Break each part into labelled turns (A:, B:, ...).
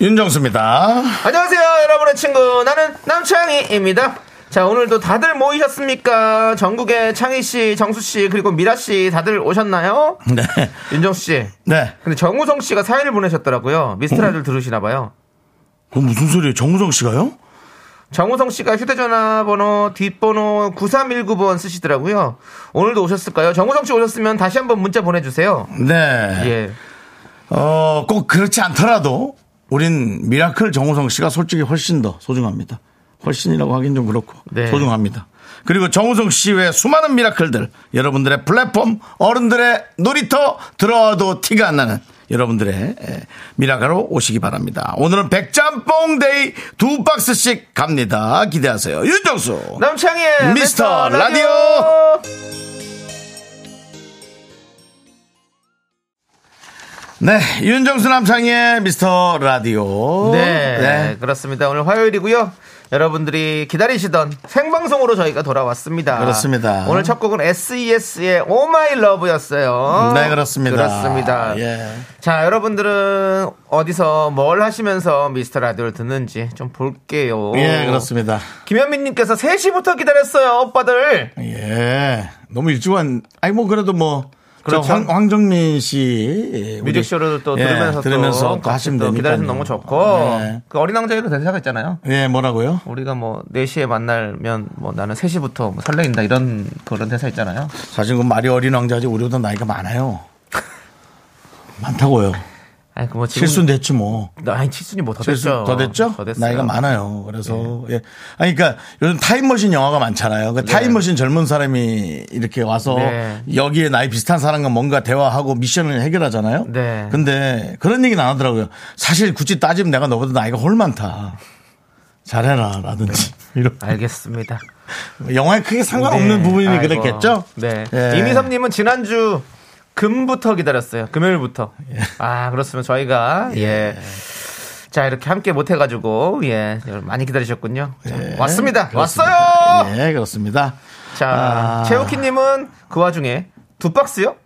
A: 윤정수입니다.
B: 안녕하세요, 여러분의 친구. 나는 남창희입니다. 자, 오늘도 다들 모이셨습니까? 전국의 창희씨, 정수씨, 그리고 미라씨 다들 오셨나요?
A: 네.
B: 윤정씨.
A: 네.
B: 근데 정우성씨가 사연을 보내셨더라고요. 미스트라를 들으시나봐요.
A: 그 무슨 소리예요? 정우성 씨가요?
B: 정우성씨가 휴대전화 번호, 뒷번호 9319번 쓰시더라고요. 오늘도 오셨을까요? 정우성씨 오셨으면 다시 한번 문자 보내주세요.
A: 네.
B: 예.
A: 어, 꼭 그렇지 않더라도 우린 미라클 정우성 씨가 솔직히 훨씬 더 소중합니다. 훨씬이라고 하긴 좀 그렇고
B: 네.
A: 소중합니다. 그리고 정우성 씨 외 수많은 미라클들 여러분들의 플랫폼 어른들의 놀이터 들어와도 티가 안 나는 여러분들의 에, 미라가로 오시기 바랍니다. 오늘은 백짬뽕 데이 두 박스씩 갑니다. 기대하세요. 윤정수
B: 남창희의
A: 미스터 라디오. 네, 윤정수 남창의 미스터 라디오.
B: 네, 그렇습니다. 오늘 화요일이고요. 여러분들이 기다리시던 생방송으로 저희가 돌아왔습니다.
A: 그렇습니다.
B: 오늘 첫 곡은 SES의 Oh My Love였어요.
A: 네, 그렇습니다.
B: 그렇습니다.
A: 예.
B: 자, 여러분들은 어디서 뭘 하시면서 미스터 라디오를 듣는지 좀 볼게요.
A: 예, 그렇습니다.
B: 김현민님께서 3시부터 기다렸어요, 오빠들.
A: 예. 너무 일찍 한, 아니, 뭐, 그래도 뭐. 저
B: 그렇죠.
A: 황, 황정민 씨. 예, 우리-
B: 뮤직쇼를 또
A: 예,
B: 들으면서,
A: 들으면서
B: 또,
A: 또 하시면
B: 또
A: 됩니다.
B: 기다려서 너무 좋고.
A: 예.
B: 그 어린 왕자에 그 대사가 있잖아요.
A: 예, 뭐라고요?
B: 우리가 뭐 4시에 만나면 뭐 나는 3시부터 뭐 설레인다 이런 그런 대사 있잖아요.
A: 사실 그 말이 어린 왕자지 우리보다 나이가 많아요. 많다고요.
B: 아니 그뭐 지금
A: 실수는 됐지 뭐.
B: 아니 칠순이 뭐더
A: 실수
B: 됐죠.
A: 더 됐죠?
B: 됐어요.
A: 나이가 많아요. 그래서 예. 아니 그러니까 요즘 타임머신 영화가 많잖아요. 그 타임머신 젊은 사람이 이렇게 와서
B: 예. 네.
A: 여기에 나이 비슷한 사람과 뭔가 대화하고 미션을 해결하잖아요.
B: 네.
A: 근데 그런 얘기는 안 하더라고요. 사실 굳이 따지면 내가 너보다 나이가 훨 많다. 잘해라 라든지 이런
B: 알겠습니다.
A: 영화에 크게 상관없는
B: 네.
A: 부분이
B: 아이고.
A: 그랬겠죠.
B: 네.
A: 예.
B: 이미섭님은 지난주 금부터 기다렸어요. 금요일부터.
A: 예.
B: 아 그렇으면 저희가 예. 자 이렇게 함께 못 해가지고 예 여러분 많이 기다리셨군요. 자, 왔습니다. 왔어요.
A: 예, 그렇습니다.
B: 자
A: 아.
B: 최우키님은 그 와중에 두 박스요.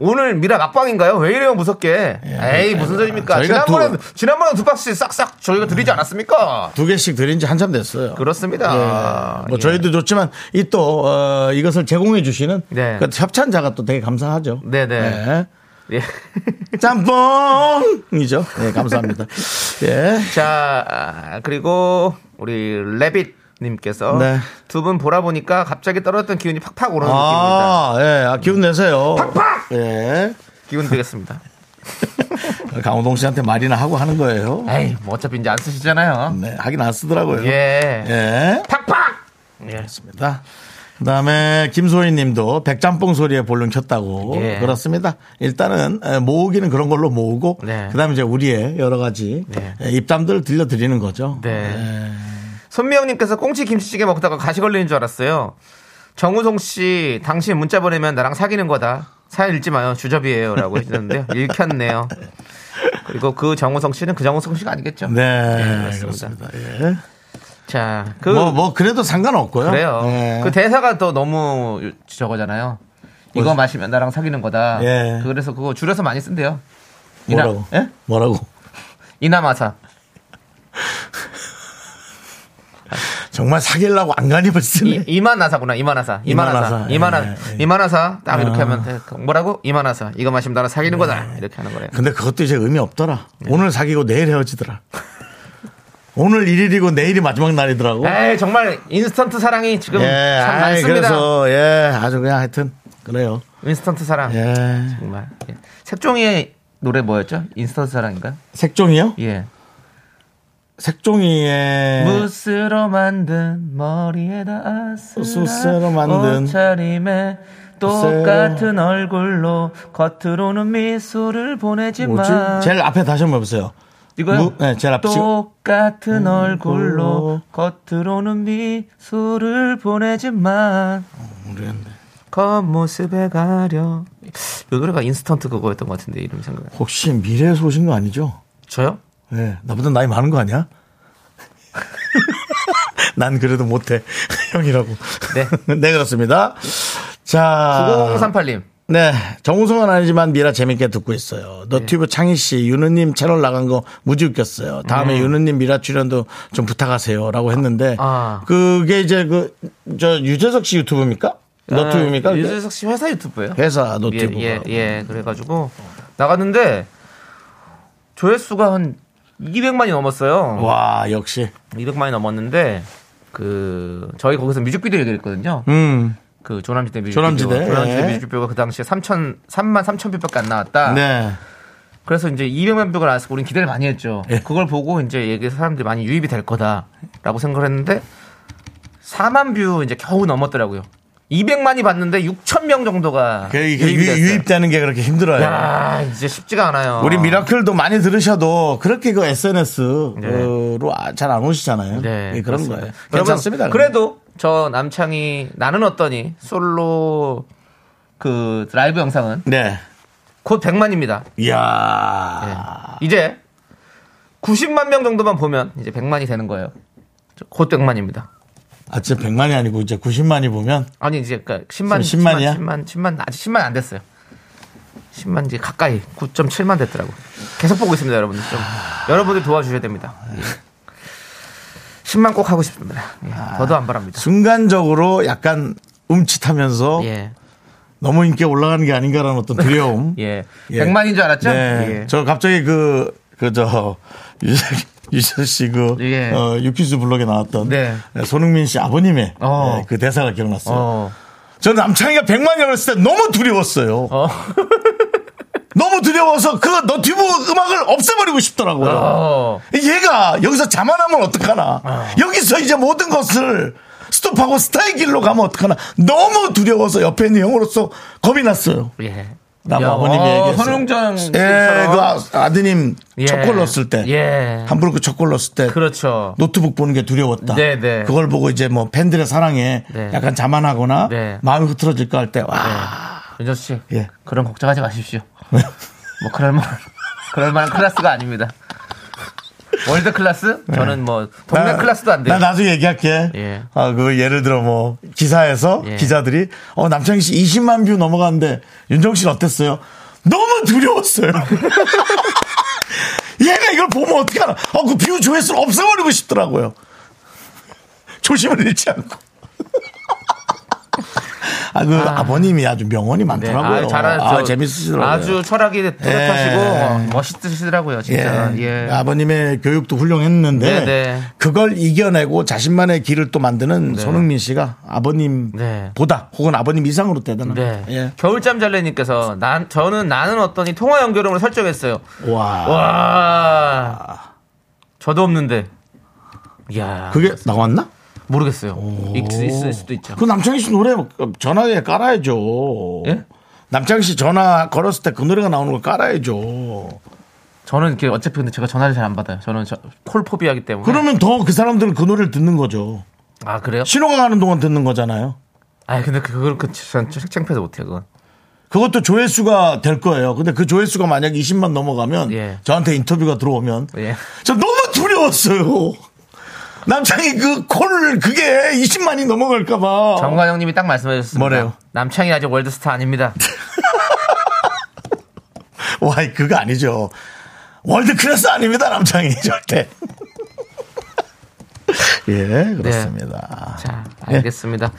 B: 오늘 미라 막방인가요? 왜 이래요 무섭게? 에이 무슨 소리입니까?
A: 예. 저희가 음.
B: 지난번에 지난번에 두 박스 싹싹 저희가 드리지 않았습니까?
A: 두 개씩 드린 지 한참 됐어요.
B: 그렇습니다.
A: 뭐
B: 예.
A: 저희도 좋지만 이 또 어, 이것을 제공해 주시는
B: 네.
A: 그 협찬자가 또 되게 감사하죠.
B: 네네. 예.
A: 예. 짬뽕이죠. 네, 감사합니다. 예.
B: 자 아, 그리고 우리 레빗 님께서
A: 네.
B: 두 분 보라 보니까 갑자기 떨어졌던 기운이 팍팍 오르는 느낌입니다.
A: 아, 예. 아, 기운 내세요. 팍팍. 예.
B: 기운 드겠습니다.
A: 강호동 씨한테 말이나 하고 하는 거예요.
B: 에이 뭐 어차피 이제 안 쓰시잖아요.
A: 네, 하긴 안 쓰더라고요.
B: 예.
A: 예.
B: 팍팍. 예.
A: 그렇습니다. 그다음에 김소희 님도 백짬뽕 소리에 볼륨 켰다고
B: 예.
A: 그렇습니다. 일단은 에, 모으기는 그런 걸로 모으고
B: 네.
A: 그다음에 이제 우리의 여러 가지
B: 네.
A: 에, 입담들을 들려드리는 거죠.
B: 네. 손미영님께서 꽁치 김치찌개 먹다가 가시 걸리는 줄 알았어요. 정우성 씨, 당신 문자 보내면 나랑 사귀는 거다. 사연 읽지 마요. 주접이에요. 라고 해주셨는데요. 읽혔네요. 그리고 그 정우성 씨는 그 정우성 씨가 아니겠죠.
A: 네,
B: 네,
A: 그렇습니다.
B: 그렇습니다.
A: 예.
B: 자, 그,
A: 뭐, 뭐 그래도 상관없고요.
B: 그래요.
A: 예.
B: 그 대사가 또 너무 유- 저거잖아요. 이거 마시면 나랑 사귀는 거다.
A: 예.
B: 그래서 그거 줄여서 많이 쓴대요. 이나-
A: 뭐라고?
B: 예?
A: 뭐라고?
B: 이나마사.
A: 정말 사귀려고 안간힘을
B: 이,
A: 쓰네.
B: 이만하사구나 이만하사 이만하사
A: 이만하사,
B: 이만하
A: 예, 예.
B: 이만하사 딱 이렇게 하면 돼. 그 뭐라고 이만하사 이거 마시면 나랑 사귀는 거다 이렇게 하는 거래요
A: 근데 네. 그것도 이제 의미 없더라.
B: 네.
A: 오늘 사귀고 내일 헤어지더라. 오늘 일일이고 내일이 마지막 날이더라고.
B: 에이 정말 인스턴트 사랑이 지금
A: 뭐? 예,
B: 참
A: 아이,
B: 많습니다
A: 그래서 예, 아주 그냥 하여튼 그래요.
B: 인스턴트 사랑
A: 예.
B: 정말 예. 색종이의 노래 뭐였죠 인스턴트 사랑인가
A: 색종이요?
B: 예
A: 색종이의
B: 무스로 만든 머리에다
A: 무스로
B: 아스로
A: 만든
B: 옷차림에 똑같은 얼굴로 겉으로는 미소를
A: 뭐지?
B: 보내지만
A: 제일 앞에 다시 한번 보세요.
B: 이거요?
A: 무- 네, 제일 앞쪽.
B: 똑같은 얼굴로 겉으로는 미소를 보내지만
A: 모르겠네.
B: 겉모습에 가려. 이 노래가 인스턴트 그거였던 것 같은데 이름 생각.
A: 혹시 미래에서 오신 거 아니죠?
B: 저요?
A: 예, 나보다 나이 많은 거 아니야? 난 그래도 못해. 형이라고.
B: 네.
A: 네, 그렇습니다. 자.
B: 9038님.
A: 네. 정우성은 아니지만 미라 재밌게 듣고 있어요.
B: 네.
A: 너튜브 창희 씨, 윤우님 채널 나간 거 무지 웃겼어요. 다음에 윤우님 미라 출연도 좀 부탁하세요. 라고 했는데.
B: 아.
A: 그게 이제 그, 저 유재석 씨 유튜브입니까? 너튜브입니까? 그게?
B: 아, 유재석 씨 회사 유튜브예요.
A: 회사
B: 예,
A: 너튜브.
B: 예, 예. 그래가지고 나갔는데 조회수가 한 200만이 넘었어요.
A: 와, 역시.
B: 200만이 넘었는데 그 저희 거기서 뮤직비디오 얘기를 했거든요.
A: 음.
B: 그 조남지대 뮤직비디오.
A: 조남지대,
B: 조남지대
A: 예.
B: 뮤직비디오가 그 당시에 3천 3만 3천 뷰밖에 안 나왔다.
A: 네.
B: 그래서 이제 200만 뷰가 나왔고 우린 기대를 많이 했죠.
A: 예.
B: 그걸 보고 이제 얘기 사람들이 많이 유입이 될 거다라고 생각을 했는데 4만 뷰 이제 겨우 넘었더라고요. 200만이 봤는데 6천 명 정도가
A: 그 이게
B: 유입이 됐어요.
A: 유, 입되는게 그렇게 힘들어요.
B: 야, 이제 쉽지가 않아요.
A: 우리 미라클도 많이 들으셔도 그렇게 그 SNS로 아, 잘 안 오시잖아요.
B: 네,
A: 예, 그런
B: 그렇습니다.
A: 거예요.
B: 여러분,
A: 괜찮습니다.
B: 그래도 저 남창이 나는 어떠니 솔로 그 라이브 영상은
A: 네.
B: 곧 100만입니다. 네.
A: 이야.
B: 예. 이제 90만 명 정도만 보면 이제 100만이 되는 거예요. 저곧 100만입니다.
A: 아, 진짜 100만이 아니고 이제 90만이 보면
B: 아니 이제 그러니까 10만
A: 10만
B: 10만
A: 이야?
B: 10만 10만 아직 10만 안 됐어요. 10만 이제 가까이 9.7만 됐더라고. 계속 보고 있습니다, 여러분들. 좀
A: 아.
B: 여러분들 도와주셔야 됩니다. 예. 10만 꼭 하고 싶습니다. 예,
A: 아.
B: 저도 안 바랍니다.
A: 순간적으로 약간 움찔하면서
B: 예.
A: 너무 인기 가 올라가는 게 아닌가라는 어떤 두려움.
B: 예. 100만인 줄 알았죠?
A: 네.
B: 예.
A: 저 갑자기 그, 그, 저, 유재 씨 그,
B: 예.
A: 어, 유퀴즈 블록에 나왔던 예,
B: 네.
A: 손흥민 씨 아버님의
B: 어.
A: 네, 그 대사가 기억났어요.
B: 어.
A: 저 남창이가 100만이라고 했을 때 너무 두려웠어요. 너무 두려워서 그 너튜브 음악을 없애버리고 싶더라고요.
B: 어.
A: 얘가 여기서 자만하면 어떡하나. 여기서 이제 모든 것을 스톱하고 스타의 길로 가면 어떡하나. 너무 두려워서 옆에 있는 형으로서 겁이 났어요.
B: 예.
A: 라고
B: 야,
A: 아버님이
B: 어,
A: 얘기했어요.
B: 선웅장
A: 예,
B: 씨처럼.
A: 그 아- 아드님
B: 예.
A: 첫골 넣었을 때.
B: 예.
A: 함부로 그 첫골 넣었을 때.
B: 그렇죠.
A: 노트북 보는 게 두려웠다.
B: 네, 네.
A: 그걸 보고 이제 뭐 팬들의 사랑에
B: 네.
A: 약간 자만하거나
B: 네.
A: 마음이 흐트러질까 할 때, 와,
B: 윤정수 씨.
A: 예.
B: 그런 걱정하지 마십시오. 뭐 그럴 만한 그럴 만한 클래스가 아닙니다. 월드 클래스? 저는 뭐 동네 클래스도 안 돼요.
A: 나 나중에 얘기할게.
B: 예.
A: 아, 그 예를 들어 뭐 기사에서
B: 예.
A: 기자들이 어 남창희 씨 20만 뷰 넘어갔는데 윤정 씨는 어땠어요? 너무 두려웠어요. 얘가 이걸 보면 어떡하나. 어, 그 뷰 조회수 를 없애버리고 싶더라고요. 조심을 잃지 않고. 아, 그 아. 버님이 아주 명언이
B: 네.
A: 많더라고요.
B: 아유, 잘하죠.
A: 아, 재밌으시더라고요.
B: 아주 철학이 뚜렷하시고
A: 예.
B: 어, 멋있으시더라고요, 진짜. 예.
A: 아버님의 교육도 훌륭했는데
B: 네, 네.
A: 그걸 이겨내고 자신만의 길을 또 만드는 손흥민 씨가
B: 네.
A: 아버님보다 혹은 아버님 이상으로 되더나.
B: 네.
A: 예.
B: 겨울잠 잘래님께서 난 저는 나는 어떠니 통화 연결음을 설정했어요.
A: 와.
B: 와. 저도 없는데. 야.
A: 그게 나왔나?
B: 모르겠어요. 있- 있을 수도 있죠.
A: 그 남창희 씨 노래 전화에 깔아야죠.
B: 예?
A: 남창희 씨 전화 걸었을 때 그 노래가 나오는 걸 깔아야죠.
B: 저는 이렇게 어차피 근데 제가 전화를 잘 안 받아요. 저는 저- 콜포비아기 때문에.
A: 그러면 더 그 사람들은 그 노래를 듣는 거죠.
B: 아 그래요?
A: 신호가 가는 동안 듣는 거잖아요.
B: 아 근데 그걸 그전 창피해서 못해요. 그건.
A: 그것도 조회수가 될 거예요. 근데 그 조회수가 만약 20만 넘어가면
B: 예.
A: 저한테 인터뷰가 들어오면
B: 예.
A: 저 너무 두려웠어요. 남창이 그 콜을 그게 20만이 넘어갈까봐.
B: 정관영님이 딱 말씀해주셨습니다.
A: 뭐래요?
B: 남창이 아직 월드스타 아닙니다.
A: 와이 그거 아니죠. 월드 클래스 아닙니다 남창이 절대. 예 그렇습니다.
B: 자
A: 네.
B: 알겠습니다.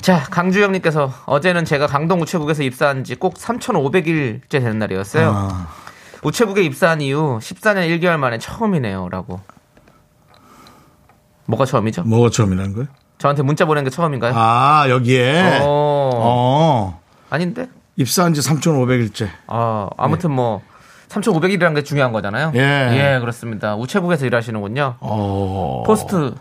B: 자 강주영님께서 어제는 제가 강동 우체국에서 입사한 지 꼭 3,500일째 되는 날이었어요.
A: 아.
B: 우체국에 입사한 이후 14년 1개월 만에 처음이네요라고. 뭐가 처음이죠?
A: 뭐가 처음이라는 거예요?
B: 저한테 문자 보낸 게 처음인가요?
A: 아 여기에 어,
B: 어. 아닌데?
A: 입사한 지 3,500일째.
B: 아, 아무튼 뭐 3,500일이라는 게 중요한 거잖아요.
A: 예.
B: 그렇습니다. 우체국에서 일하시는군요.
A: 어
B: 포스트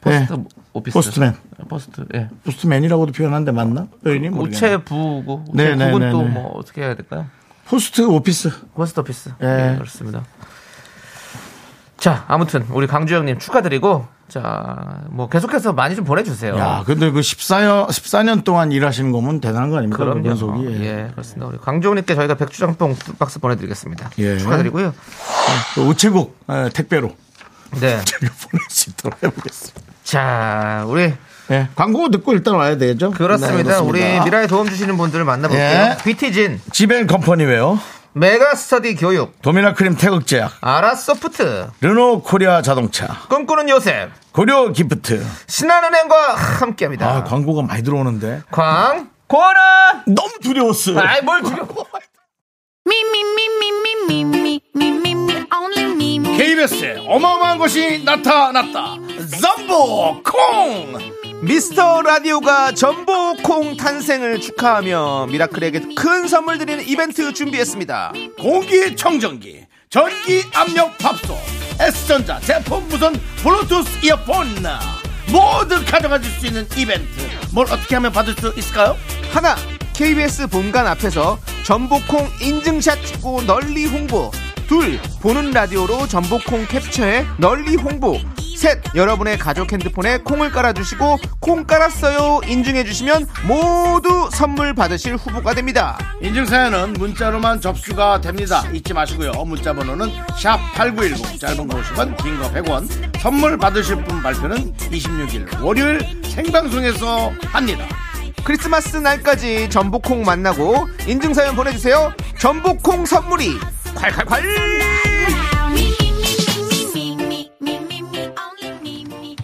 B: 포스트
A: 예.
B: 오피스.
A: 포스트맨.
B: 포스트. 예.
A: 포스트맨이라고도 표현하는데 맞나? 표현이 모르겠네.
B: 그 우체부고
A: 네, 네, 네,
B: 우체국은 또
A: 네.
B: 뭐 어떻게 해야 될까요?
A: 포스트 오피스.
B: 포스트 오피스.
A: 예.
B: 예, 그렇습니다. 자, 아무튼 우리 강주영님 축하드리고 자, 뭐 계속해서 많이 좀 보내주세요.
A: 야, 근데 그 14년, 14년 동안 일하시는 거면 대단한 거 아닙니까?
B: 그럼요.
A: 연속이. 예.
B: 예, 그렇습니다. 우리 강주영님께 저희가 백주장뽕 박스 보내드리겠습니다.
A: 예.
B: 축하드리고요.
A: 그 우체국 예, 택배로
B: 네.
A: 제가 보낼 수 있도록 해보겠습니다.
B: 자, 우리
A: 예, 광고 듣고 일단 와야 되죠? 네,
B: 그렇습니다.
A: 그렇습니다.
B: 우리 미라에 도움 주시는 분들을
A: 예.
B: 만나볼게요. 비티진,
A: 지벤 컴퍼니웨어,
B: 메가스터디 교육,
A: 도미나 크림 태극제약,
B: 아라소프트,
A: 르노 코리아 자동차,
B: 꿈꾸는 요셉,
A: 고려 기프트.
B: 신한은행과
A: 아,
B: 함께합니다.
A: 광고가 많이 들어오는데.
B: 광, 고라.
A: 너무 두려웠어요.
B: 아이 뭘 두려워.
C: Me, me, me, me, me, me, me, me, me, me, only me, me.
A: KBS에 어마어마한 것이 나타났다. 썸보 콩!
B: 미스터 라디오가 전복콩 탄생을 축하하며 미라클에게 큰 선물 드리는 이벤트 준비했습니다.
A: 공기청정기, 전기 압력 밥솥, S전자 제품 무선 블루투스 이어폰. 모두 가져가실 수 있는 이벤트. 뭘 어떻게 하면 받을 수 있을까요?
B: 하나, KBS 본관 앞에서 전복콩 인증샷 찍고 널리 홍보. 둘, 보는 라디오로 전복콩 캡처해 널리 홍보. 셋, 여러분의 가족 핸드폰에 콩을 깔아주시고 콩 깔았어요 인증해주시면 모두 선물 받으실 후보가 됩니다.
A: 인증사연은 문자로만 접수가 됩니다. 잊지 마시고요. 문자 번호는 샵 8910 짧은 거 50원, 긴 거 100원. 선물 받으실 분 발표는 26일 월요일 생방송에서 합니다.
B: 크리스마스 날까지 전복콩 만나고 인증사연 보내주세요. 전복콩 선물이 콸콸콸!
C: Me, me, me, me, me, me, me, me, me, only me, me.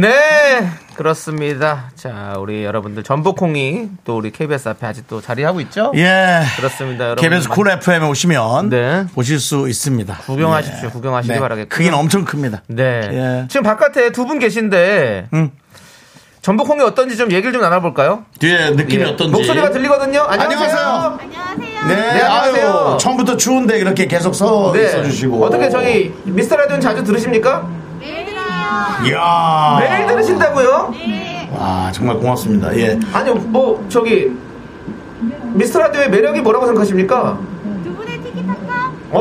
B: 네 그렇습니다 자 우리 여러분들 전복콩이 또 우리 KBS 앞에 아직 또 자리하고 있죠
A: 예.
B: 그렇습니다 여러분
A: KBS 쿨 FM에 오시면
B: 네.
A: 보실 수 있습니다.
B: 구경하십시오, 구경하시기 바라겠고요.
A: 크긴 엄청 큽니다.
B: 네
A: 예.
B: 지금 바깥에 두 분 계신데
A: 음.
B: 전복콩이 어떤지 좀 얘기를 좀 나눠볼까요
A: 뒤에 느낌이
B: 예. 목소리가 들리거든요 안녕하세요,
A: 안녕하세요.
C: 안녕하세요.
A: 네,
B: 네, 안녕하세요.
A: 아유, 처음부터 추운데 이렇게 계속 서
B: 네.
A: 있어주시고.
B: 어떻게 저희 미스터 라디오는 자주 들으십니까
A: 이야.
B: 매일 들으신다고요
A: 와, 정말 고맙습니다. 예.
B: 아니 뭐 저기 미스터 라디오의 매력이 뭐라고 생각하십니까
C: 두 분의 티키타카.
A: 어,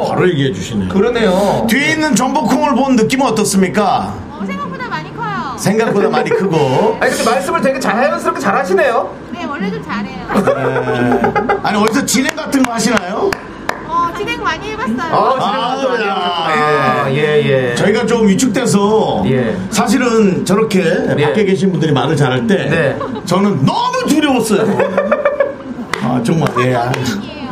B: 오,
A: 아, 바로 얘기해 주시네.
B: 그러네요
A: 뒤에 있는 전복콩을 본 느낌은 어떻습니까?
C: 어, 생각보다 많이 커요.
A: 생각보다 많이 크고.
B: 아니 근데 말씀을 되게 자연스럽게 잘하시네요
C: 네, 원래 좀 잘해요.
A: 예. 아니, 어디서 진행 같은 거 하시나요?
C: 어, 진행 많이 해봤어요.
B: 아,
A: 야,
B: 아, 예, 예.
A: 저희가 좀 위축돼서
B: 예.
A: 사실은 저렇게 밖에 계신 분들이 말을 잘할 때
B: 네.
A: 저는 너무 두려웠어요. 아 정말 예. 아,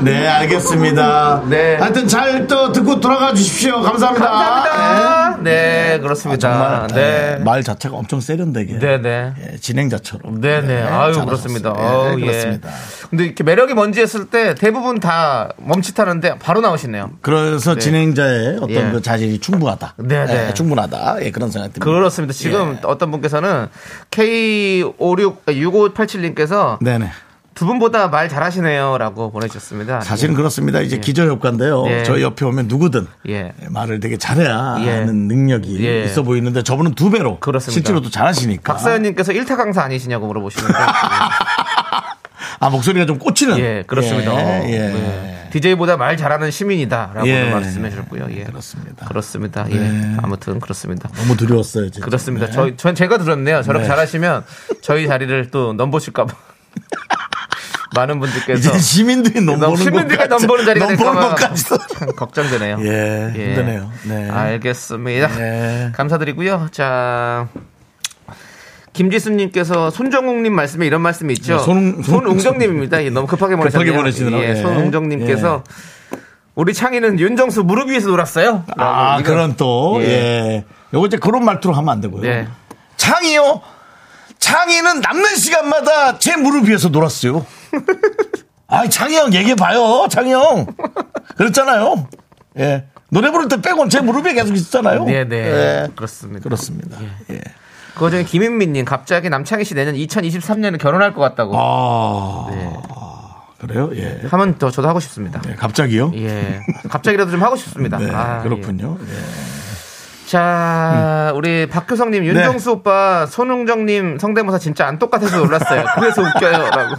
A: 네 알겠습니다.
B: 네.
A: 하여튼 잘 또 듣고 돌아가 주십시오. 감사합니다.
B: 감사합니다. 네,
A: 네. 정말
B: 그렇습니다.
A: 네.
B: 네.
A: 말 자체가 엄청 세련되게
B: 네, 네.
A: 예, 진행자처럼
B: 네, 네. 아유,
A: 잘하셨어요.
B: 그렇습니다.
A: 예,
B: 아우,
A: 그렇습니다.
B: 예. 근데 이렇게 매력이 뭔지 했을 때 대부분 다 멈칫하는데 바로 나오시네요.
A: 그래서 진행자의 어떤
B: 예.
A: 그 자질이 충분하다.
B: 네, 네.
A: 예, 충분하다. 예, 그런 생각이 듭니다.
B: 그렇습니다. 지금 예. 어떤 분께서는 K566587님께서
A: 네네.
B: 두 분보다 말 잘하시네요라고 보내주셨습니다.
A: 사실은 그- 그렇습니다. 이제 기저효과인데요.
B: 예.
A: 저희 옆에 오면 누구든
B: 예.
A: 말을 되게 잘해야
B: 예.
A: 하는 능력이
B: 예.
A: 있어 보이는데 저분은 두 배로
B: 그렇습니다.
A: 실제로도 잘하시니까.
B: 박사연님께서 일타 강사 아니시냐고 물어보시는데
A: 아 목소리가 좀 꽂히는.
B: 예, 그렇습니다.
A: 예, 예.
B: DJ보다 말 잘하는 시민이다라고
A: 예.
B: 말씀해 주셨고요. 예.
A: 그렇습니다. 네.
B: 그렇습니다. 예. 아무튼 그렇습니다.
A: 너무 두려웠어요. 진짜.
B: 그렇습니다. 저희 전 제가 들었네요. 저렇게
A: 네.
B: 잘하시면 저희 자리를 또 넘보실까 봐. 많은 분들께서
A: 이제 시민들이 넘보는
B: 시민들이 넘보는 자리가 될까
A: 넘보는
B: 봐
A: 것까지도.
B: 참 걱정되네요.
A: 예, 힘드네요. 네.
B: 알겠습니다.
A: 네.
B: 감사드리고요. 자. 김지수님께서 손정욱님 말씀에 이런 말씀이 있죠.
A: 네, 손웅-
B: 손웅정님입니다. 예, 너무 급하게 보내셨네요.
A: 급하게 보내시느라고,
B: 예,
A: 예.
B: 손웅정님께서 우리 창희는 윤정수 무릎 위에서 놀았어요.
A: 아
B: 라고 이거-
A: 그런 또
B: 예.
A: 예. 요거 이제 그런 말투로 하면 안 되고요.
B: 네.
A: 창이요. 창이는 남는 시간마다 제 무릎 위에서 놀았어요. 아이 창이 형 얘기해 봐요. 창이 형. 그랬잖아요. 예. 노래 부를 때 빼곤 제 무릎에 계속 있었잖아요.
B: 네, 네.
A: 예.
B: 그렇습니다.
A: 그렇습니다. 예.
B: 그거 중에 김인민님 갑자기 남창희 씨 내년 2023년에 결혼할 것 같다고
A: 아. 그래요? 예.
B: 하면 더 저도 하고 싶습니다.
A: 예, 갑자기요?
B: 예, 갑자기라도 좀 하고 싶습니다.
A: 네,
B: 아,
A: 그렇군요. 음. 예.
B: 예. 자, 우리 박효성님,
A: 네.
B: 윤정수 오빠, 손흥정님 성대모사 진짜 안 똑같아서 놀랐어요. 그래서 웃겨요라고.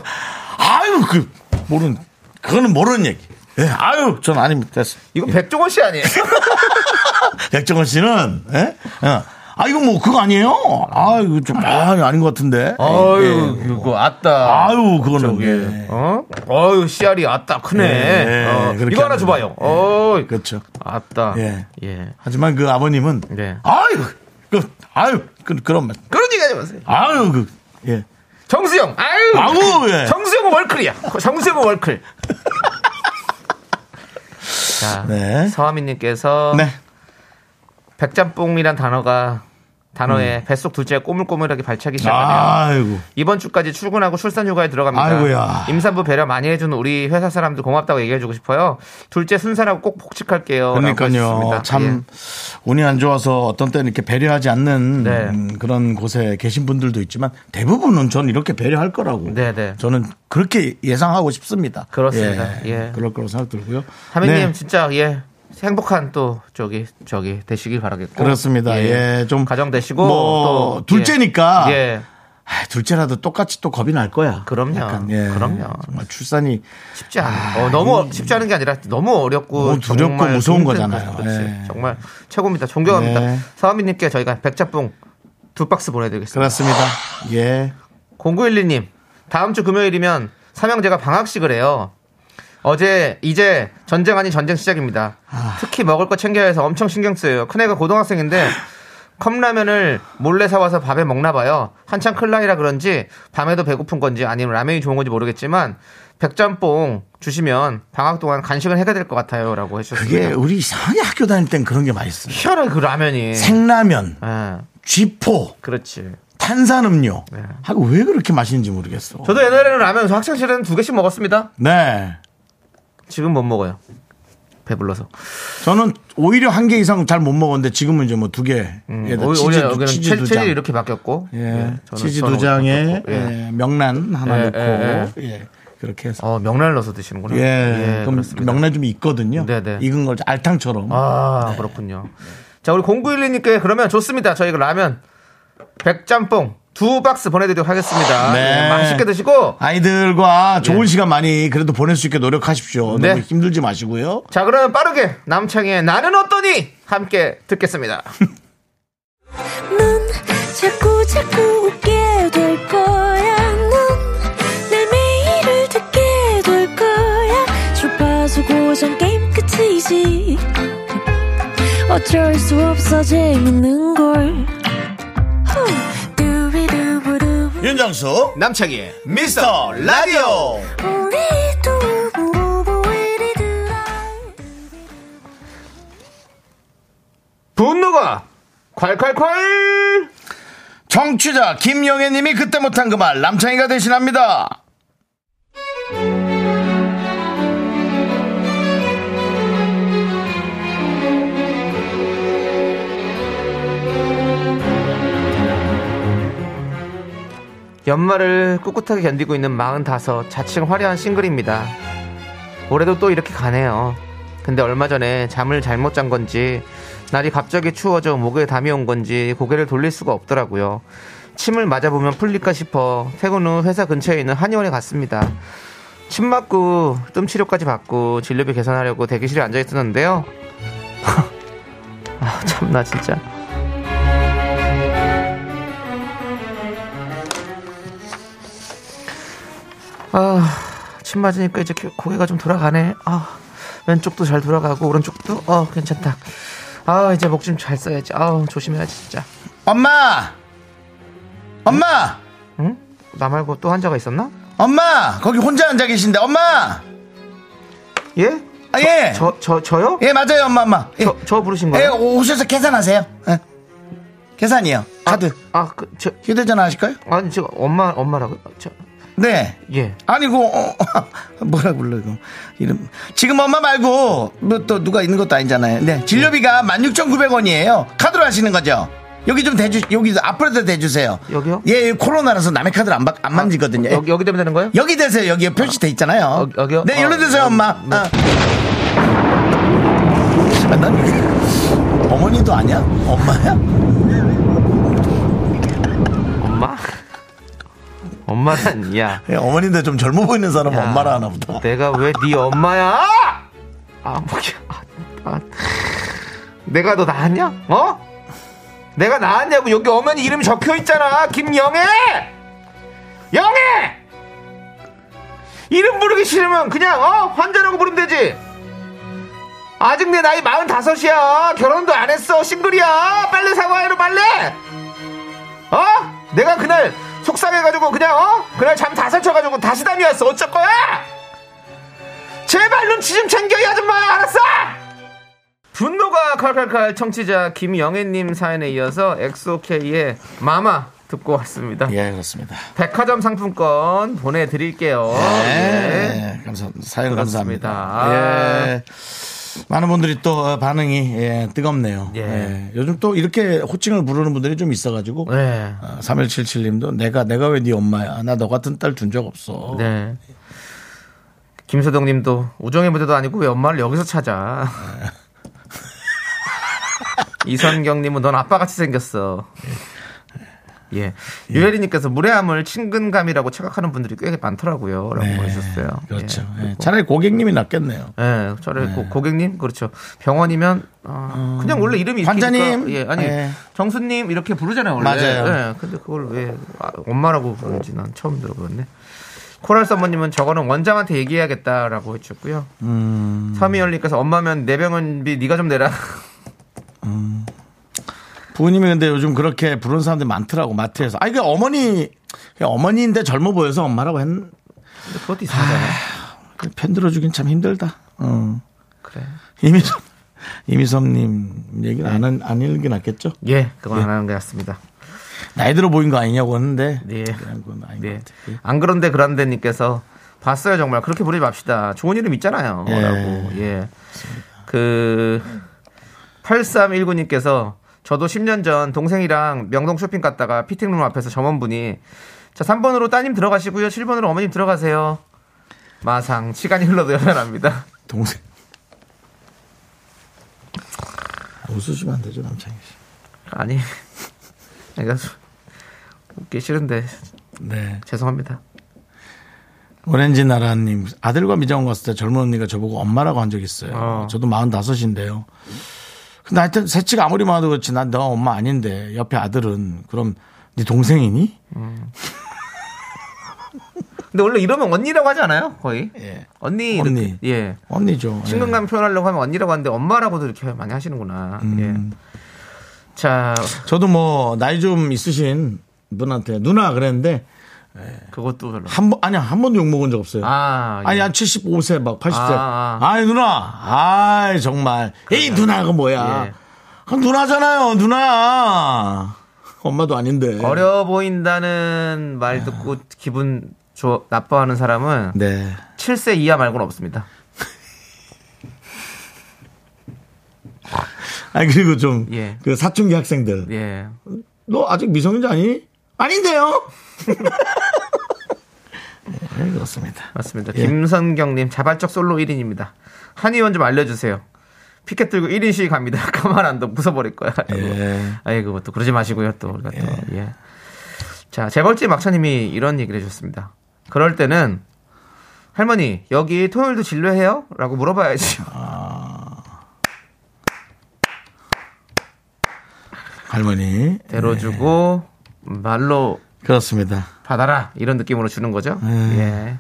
A: 아유, 그, 모르는, 그거는 모르는 얘기. 예, 아유, 전 아닙니다. 됐습니다.
B: 이거 백종원 씨 아니에요?
A: 백종원 씨는, 예? 예. 아, 이거 뭐, 그거 아니에요? 아, 이거 좀, 아, 아닌 것 같은데.
B: 아유,
A: 예.
B: 그거 아따.
A: 아유, 그거는. 예.
B: 어? 어유, 씨알이 아따 크네.
A: 예, 예,
B: 어,
A: 그렇게
B: 이거 하나
A: 하면
B: 줘봐요. 어,
A: 그렇죠.
B: 아따.
A: 예.
B: 예.
A: 하지만 그 아버님은,
B: 네.
A: 아유, 그, 아유, 그, 그런 말.
B: 그런 얘기 하지 마세요.
A: 아유, 그, 예.
B: 정수영, 아유.
A: 아우, 예.
B: 정수영은 월클이야. 정수영은 월클. 자,
A: 네.
B: 서하민님께서
A: 네.
B: 백짬뽕이란 단어가 단어에 뱃속 둘째 꼬물꼬물하게 발차기 시작하네요.
A: 음. 아이고.
B: 이번 주까지 출근하고 출산휴가에 들어갑니다.
A: 아이고야.
B: 임산부 배려 많이 해주는 우리 회사 사람들 고맙다고 얘기해주고 싶어요. 둘째 순산하고 꼭 복직할게요. 라고
A: 그러니까요.
B: 하셨습니다.
A: 참
B: 예.
A: 운이 안 좋아서 어떤 때는 이렇게 배려하지 않는
B: 네.
A: 음, 그런 곳에 계신 분들도 있지만 대부분은 전 이렇게 배려할 거라고.
B: 네, 네.
A: 저는 그렇게 예상하고 싶습니다.
B: 그렇습니다. 예.
A: 그럴 거라고 생각 들고요.
B: 하민님
A: 네,
B: 진짜 예 행복한 또 저기 저기 되시길 바라겠고.
A: 그렇습니다. 예, 좀
B: 가정 되시고
A: 뭐
B: 또,
A: 둘째니까
B: 예. 예.
A: 아, 둘째라도 똑같이 또 겁이 날 거야. 예.
B: 그럼요. 그럼요.
A: 정말 출산이
B: 쉽지 않아. 요 너무 어- 쉽지 않은 게 아니라 너무 어렵고
A: 뭐 너무 두렵고
B: 정말
A: 무서운
B: 힘든
A: 거잖아요.
B: 거죠. 그렇지.
A: 예.
B: 정말 최고입니다. 존경합니다.
A: 네.
B: 서하민님께 저희가 백짬뽕 두 박스 보내드리겠습니다.
A: 그렇습니다. 예.
B: 0912님, 다음 주 금요일이면 삼형제가 방학식을 해요. 어제, 이제 전쟁 아닌 전쟁 시작입니다. 특히 먹을 거 챙겨야 해서 엄청 신경 쓰여요. 큰애가 고등학생인데 컵라면을 몰래 사와서 밥에 먹나 봐요. 한창 클라이라 그런지 밤에도 배고픈 건지 아니면 라면이 좋은 건지 모르겠지만 백짬뽕 주시면 방학 동안 간식을 해야 될 것 같아요. 라고
A: 그게
B: 해주셨습니다.
A: 우리 이상하게 학교 다닐 땐 그런 게 맛있어요.
B: 희한해, 그 라면이.
A: 생라면,
B: 예,
A: 쥐포,
B: 그렇지.
A: 탄산음료 하고 왜 그렇게 마시는지 모르겠어.
B: 네. 저도 옛날에는 라면 학창시절에는 두 개씩 먹었습니다.
A: 네,
B: 지금 못 먹어요. 배불러서.
A: 저는 오히려 한 개 이상 잘 못 먹었는데 지금은 이제 뭐 두 개.
B: 음,
A: 얘도
B: 오-
A: 치즈
B: 오히려
A: 두-
B: 여기는
A: 치즈
B: 체질이
A: 두 장.
B: 이렇게 바뀌었고
A: 예,
B: 예, 저는
A: 치즈
B: 저는
A: 두 장에
B: 바뀌었고, 예.
A: 예, 명란 하나
B: 예,
A: 넣고
B: 예,
A: 예, 그렇게 해서.
B: 어 명란을 넣어서 드시는구나.
A: 예, 그럼
B: 그렇습니다.
A: 명란 좀 익거든요.
B: 네, 네.
A: 익은 걸 알탕처럼.
B: 아 그렇군요. 자 우리 0912님께 그러면 좋습니다. 저희가 라면 백짬뽕 두 박스 보내드리도록 하겠습니다.
A: 네.
B: 예, 맛있게 드시고
A: 아이들과 좋은 시간 많이 그래도 보낼 수 있게 노력하십시오.
B: 예. 네.
A: 너무 힘들지 마시고요.
B: 자 그러면 빠르게 남창의 나는 어떠니 함께 듣겠습니다.
D: 넌 자꾸 자꾸 웃게 될 거야. 넌내 매일을 듣게 될 거야. 주파수 고정 게임 끝이지. 어쩔 수 없어 재밌는 걸. 후. 두비두부두.
A: 윤정수
B: 남창의 미스터 라디오.
D: 우리 두부부부 우리 두부.
B: 분노가 콸콸콸.
A: 정취자 김영애님이 그때 못한 그 말 남창희가 대신합니다.
B: 연말을 꿋꿋하게 견디고 있는 45 자칭 화려한 싱글입니다. 올해도 또 이렇게 가네요. 근데 얼마 전에 잠을 잘못 잔 건지 날이 갑자기 추워져 목에 담이 온 건지 고개를 돌릴 수가 없더라고요. 침을 맞아보면 풀릴까 싶어 퇴근 후 회사 근처에 있는 한의원에 갔습니다. 침 맞고 뜸 치료까지 받고 진료비 계산하려고 대기실에 앉아 있었는데요. 아 참나 진짜. 아, 침 맞으니까 이제 그 고- 고개가 좀 돌아가네. 아, 왼쪽도 잘 돌아가고 오른쪽도 어 괜찮다. 아 이제 목 좀 잘 써야지. 아 조심해야지 진짜.
A: 엄마! 엄마!
B: 응? 나 말고 또 환자가 있었나?
A: 엄마! 거기 혼자 앉아 계신데, 엄마!
B: 예?
A: 아, 예!
B: 저 저 저요?
A: 예, 맞아요, 엄마, 엄마. 예,
B: 저 저 부르신
A: 예,
B: 거예요?
A: 오셔서 계산하세요. 예. 계산이요. 카드.
B: 아 그 저
A: 휴대전화 하실까요?
B: 아니 저 엄마 엄마라고 저
A: 네.
B: 예.
A: 아니고, 어, 뭐라 불러, 이거. 이름. 지금 엄마 말고, 뭐 또 누가 있는 것도 아니잖아요. 네. 진료비가 16,900원이에요. 카드로 하시는 거죠? 여기 좀 대주, 여기 앞으로도 대주세요.
B: 여기요?
A: 예, 코로나라서 남의 카드를 안, 받- 안 만지거든요.
B: 여기 여기 되면 되는 거예요?
A: 여기 되세요. 여기 표시돼 있잖아요.
B: 어, 여기요?
A: 네, 여기로
B: 어,
A: 되세요,
B: 어,
A: 엄마.
B: 네.
A: 어. 아, 난 어머니도 아니야? 엄마야?
B: 엄마? 엄마는 야.
A: 예, 어머니인데 좀 젊어 보이는 사람은
B: 야,
A: 엄마라 하나 보다.
B: 네 내가 왜 네 엄마야? 아, 목이 아, 아. 내가 너 나았냐? 어? 내가 나았냐고 여기 어머니 이름 적혀 있잖아. 김영애. 영애. 이름 부르기 싫으면 그냥 어 환자라고 부르면 되지. 아직 내 나이 마흔다섯이야. 결혼도 안 했어. 싱글이야. 빨리 사과해라 빨리. 어? 내가 그날 속상해가지고 그냥 어? 그날 잠 다 설쳐가지고 다시 담이었어. 어쩔 거야? 제발 눈치 좀 챙겨 이 아줌마야 알았어? 분노가 칼칼칼 청취자 김영애님 사연에 이어서 엑소케이의 마마 듣고 왔습니다.
A: 예, 그렇습니다.
B: 백화점 상품권 보내드릴게요. 예.
A: 예, 감사, 사연
B: 그렇습니다. 아.
A: 감사합니다. 예. 많은 분들이 또 어, 반응이 예, 뜨겁네요.
B: 예.
A: 예, 요즘 또 이렇게 호칭을 부르는 분들이 좀 있어가지고
B: 네.
A: 3177님도 내가 내가 왜 네 엄마야? 나 너 같은 딸 준 적 없어.
B: 네. 김서동 님도 우정의 무대도 아니고 왜 엄마를 여기서 찾아.
A: 네.
B: 이선경 님은 넌 아빠같이 생겼어. 예. 유혜리 님께서 무례함을 친근감이라고 착각하는 분들이 꽤 많더라고요. 라고
A: 네,
B: 보내셨어요.
A: 그렇죠.
B: 예.
A: 예, 차라리 고객님이 낫겠네요. 음.
B: 예, 저를 고- 고객님 그렇죠. 병원이면 아, 그냥 원래 이름이 이렇게
A: 환자님.
B: 있으니까, 예, 아니
A: 예.
B: 정수님 이렇게 부르잖아요 원래.
A: 맞아요.
B: 예, 근데 그걸 왜 아, 엄마라고 부르는지 난 처음 들어보네. 코랄 선모님은 저거는 원장한테 얘기해야겠다라고 해주셨고요.
A: 음.
B: 서미열님께서 엄마면 내 병원비 네가 좀 내라.
A: 부모님이 근데 요즘 그렇게 부르는 사람들이 많더라고 마트에서. 아 이게 어머니 그냥 어머니인데 젊어 보여서 엄마라고 했.
B: 근데 그것도
A: 아,
B: 있습니다.
A: 편 들어주긴 참 힘들다. 어.
B: 그래.
A: 이미섭 이미섭님
B: 네.
A: 얘기는 안, 한- 안 읽는 게 낫겠죠?
B: 예, 그건 안 하는 것 같습니다.
A: 나이 들어 보인 거 아니냐고 하는데.
B: 네.
A: 그런 건 아닌
B: 네.
A: 것 같아요. 예.
B: 안 그런데 그런데님께서 봤어요 정말 그렇게 부르지 맙시다. 좋은 이름 있잖아요.
A: 예.
B: 라고 예. 그 8319님께서 저도 10년 전 동생이랑 명동 쇼핑 갔다가 피팅룸 앞에서 점원분이 자 3번으로 따님 들어가시고요 7번으로 어머님 들어가세요. 마상 시간이 흘러도 연연합니다.
A: 동생. 웃으시면 안 되죠, 남창희 씨.
B: 아니 내가 웃기 싫은데
A: 네.
B: 죄송합니다.
A: 오렌지 나라님 아들과 미장원 갔을 때 젊은 언니가 저보고 엄마라고 한 적 있어요.
B: 어.
A: 저도 45인데요. 근데 하여튼 새치가 아무리 많아도 그렇지 난 너가 엄마 아닌데 옆에 아들은 그럼 네 동생이니?
B: 근데 원래 이러면 언니라고 하지 않아요 거의?
A: 예.
B: 언니 이렇게.
A: 언니.
B: 예.
A: 언니죠. 예.
B: 네. 친근감 표현하려고 하면 언니라고 하는데 엄마라고도 이렇게 많이 하시는구나.
A: 음.
B: 예. 자,
A: 저도 뭐 나이 좀 있으신 분한테 누나 그랬는데
B: 그것도 별로.
A: 한 번 아니야 한 번도 욕 먹은 적 없어요.
B: 아, 예.
A: 네. 아니 한 75세 막 80세
B: 아,
A: 아, 이 누나 아이 정말 에이 누나가 뭐야
B: 예.
A: 그 누나잖아요 누나 엄마도 아닌데
B: 어려 보인다는 말 듣고 기분 좋 나빠하는 사람은
A: 네
B: 7세 이하 말고는 없습니다.
A: 아니 그리고 좀 그
B: 예.
A: 사춘기 학생들
B: 예.
A: 너 아직 미성년자 아니? 아닌데요 네, 그렇습니다
B: 맞습니다.
A: 예.
B: 김선경님, 자발적 솔로 1인입니다. 한의원 좀 알려주세요. 피켓 들고 1인씩 갑니다. 가만 안 둬. 부숴버릴 거야. 라고.
A: 예.
B: 아이고, 또 그러지 마시고요. 또 우리가 또. 예. 자, 재벌집 막차님이 이런 얘기를 해주셨습니다. 그럴 때는 할머니, 여기 토요일도 진료해요? 라고 물어봐야지.
A: 할머니
B: 데려주고, 말로
A: 그렇습니다
B: 받아라. 이런 느낌으로 주는 거죠. 예.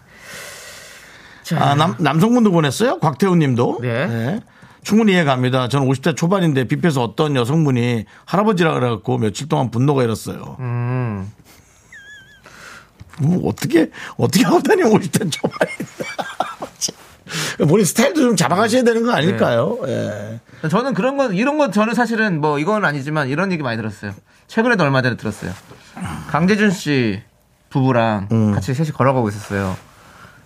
A: 아, 남, 남성분도 보냈어요? 곽태훈 님도.
B: 예.
A: 네. 충분히 이해 갑니다. 저는 50대 초반인데 뷔페에서 어떤 여성분이 할아버지라 그래갖고 며칠 동안 분노가 일었어요.
B: 음.
A: 뭐 어떻게, 어떻게 하다니 50대 초반인데. 할아버지. 본인 스타일도 좀 잡아가셔야 되는 거 아닐까요? 예.
B: 저는 그런 건 이런 건 저는 사실은 뭐 이건 아니지만 이런 얘기 많이 들었어요. 최근에도 얼마 전에 들었어요. 강재준 씨 부부랑 같이 셋이 걸어가고 있었어요.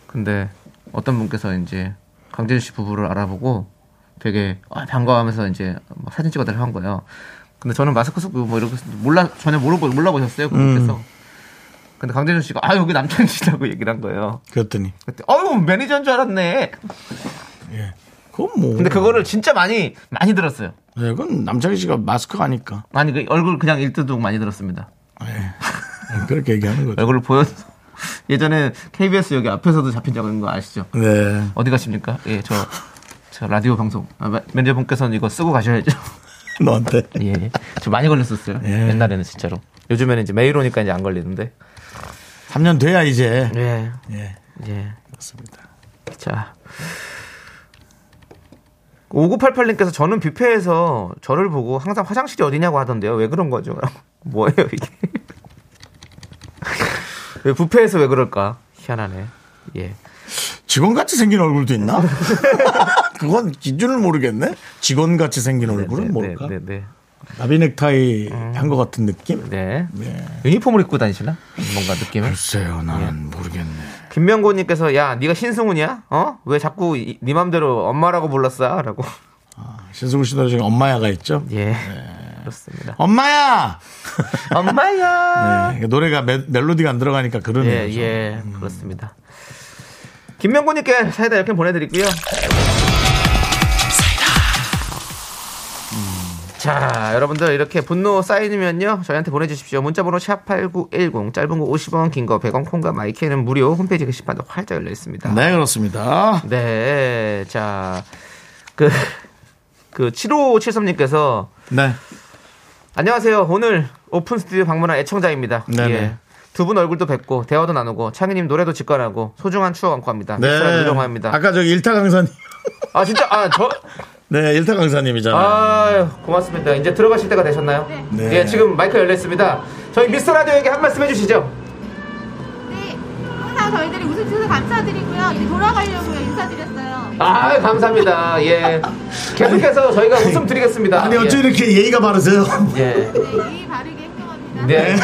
B: 근데 어떤 분께서 이제 강재준 씨 부부를 알아보고 되게 아, 반가워하면서 이제 막 사진 찍어달라고 한 거예요. 근데 저는 마스크 쓰고 뭐 이렇게 몰라 전혀 모르고 몰라보셨어요 그분께서. 근데 강재준 씨가 아 여기 남편이라고 얘기를 한 거예요.
A: 그랬더니.
B: 그때 어우 매니저인 줄 알았네.
A: 그건 뭐.
B: 근데 그거를 진짜 많이 많이 들었어요.
A: 예, 그건 남창희 씨가 마스크가 아니까.
B: 아니 그 얼굴 그냥 일두둑 많이 들었습니다.
A: 예. 그렇게 얘기하는 거죠.
B: 얼굴을 보여 예전에 KBS 여기 앞에서도 잡힌 적 있는 거 아시죠?
A: 네.
B: 어디 가십니까? 예, 저, 저 라디오 방송 아, 마- 매니저분께서는 이거 쓰고 가셔야죠.
A: 너한테.
B: 예. 저 많이 걸렸었어요.
A: 예.
B: 옛날에는 진짜로. 요즘에는 이제 메일 오니까 이제 안 걸리는데.
A: 3년 돼야 이제.
B: 예.
A: 예.
B: 예.
A: 그렇습니다.
B: 자. 5988님께서 저는 뷔페에서 저를 보고 항상 화장실이 어디냐고 하던데요. 왜 그런 거죠? 라고. 뭐예요, 이게? 왜 뷔페에서 왜 그럴까? 희한하네. 예.
A: 직원같이 생긴 얼굴도 있나? 그건 기준을 모르겠네. 직원같이 생긴 얼굴은 뭘까?
B: 네, 네.
A: 나비 넥타이 한 것 같은 느낌?
B: 네.
A: 네.
B: 유니폼을 입고 다니시나? 뭔가 느낌을.
A: 글쎄요, 나는 모르겠네.
B: 김명곤님께서 야, 네가 신승훈이야? 어? 왜 자꾸 이, 네 맘대로 엄마라고 불렀어? 라고.
A: 신승우 씨도 지금 엄마야가 있죠?
B: 예. 그렇습니다.
A: 네. 엄마야!
B: 엄마야.
A: 네, 노래가 멜, 멜로디가 안 들어가니까 그러네요. 음.
B: 예, 예, 그렇습니다. 김명곤님께 사이다 이렇게 보내드리고요. 음. 자, 여러분들 이렇게 분노 쌓이면요 저희한테 보내주십시오. 문자번호 샵 #8910 짧은 거 50원, 긴 거 100원, 콩과 마이크는 무료. 홈페이지 게시판도 활짝 열려 있습니다.
A: 네, 그렇습니다.
B: 네, 자, 그, 그 7573님께서
A: 네.
B: 안녕하세요. 오늘 오픈 스튜디오 방문한 애청자입니다. 예.
A: 네네.
B: 두 분 얼굴도 뵙고 대화도 나누고 창희님 노래도 직관하고 소중한 추억 안고 합니다. 네. 유정화입니다.
A: 아까 저기 일타 강사님.
B: 아 진짜 아저
A: 네, 일타 강사님이잖아요.
B: 아유 고맙습니다. 이제 들어가실 때가 되셨나요?
A: 네.
B: 예 지금 마이크 열려 있습니다. 저희 미스터 라디오에게 한 말씀 해주시죠.
E: 네, 항상 저희들이 웃어주셔서 감사드리고요. 이제 돌아가려고요. 인사드렸어요.
B: 아 감사합니다. 예 계속해서 저희가 웃음 드리겠습니다.
A: 아니, 어째 이렇게 예의가 바르세요?
B: 예.
E: 네, 예의 바르게 행동합니다.
B: 예. 네.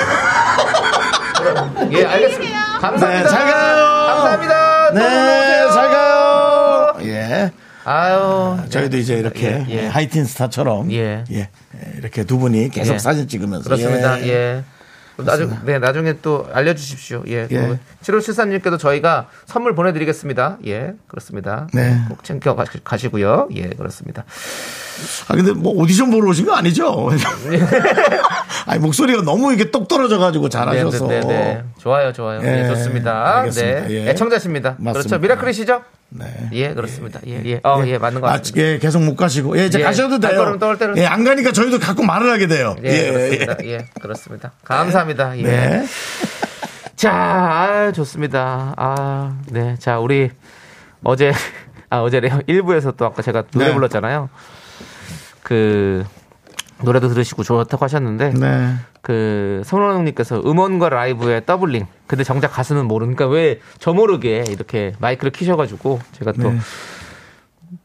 B: 예 알겠습니다.
E: 계세요.
B: 감사합니다.
A: 네, 잘 가요.
B: 감사합니다. 또
A: 네,
B: 놀러오세요.
A: 잘 가요. 예.
B: 아유
A: 저희도 이제 이렇게
B: 예, 예.
A: 하이틴 스타처럼
B: 예.
A: 예. 이렇게 두 분이 계속
B: 예.
A: 사진 찍으면서
B: 그렇습니다.
A: 예.
B: 예. 나중 네 나중에 또 알려주십시오. 예.
A: 예.
B: 7573님께도 저희가 선물 보내드리겠습니다. 예, 그렇습니다.
A: 네.
B: 꼭 챙겨 가- 가시고요. 예, 그렇습니다.
A: 아 근데 뭐 오디션 보러 오신 거 아니죠?
B: 예.
A: 아니 목소리가 너무 이게 똑 떨어져 가지고
B: 네, 네,
A: 잘하셔서
B: 네, 네. 좋아요, 좋아요. 예,
A: 예,
B: 좋습니다.
A: 알겠습니다.
B: 네,
A: 예.
B: 애청자십니다.
A: 맞습니다.
B: 그렇죠. 미라클이시죠?
A: 네.
B: 예, 그렇습니다. 예, 예, 어, 예, 맞는 것
A: 아,
B: 같습니다.
A: 예, 계속 못 가시고 예 이제
B: 예.
A: 가셔도
B: 한
A: 돼요.
B: 걸음 떠올 때는-
A: 예, 안 가니까 저희도 자꾸 말을 하게 돼요.
B: 예, 그렇습니다. 예. 그렇습니다. 감사합니다. 예.
A: 네.
B: 자, 아, 좋습니다. 아, 네. 자, 우리 어제, 아, 어제래요. 1부에서 또 아까 제가 노래
A: 네.
B: 불렀잖아요. 그, 노래도 들으시고 좋다고 하셨는데,
A: 네.
B: 그, 손원웅님께서 음원과 라이브의 더블링. 근데 정작 가수는 모르니까 왜 저 모르게 이렇게 마이크를 키셔가지고 제가 또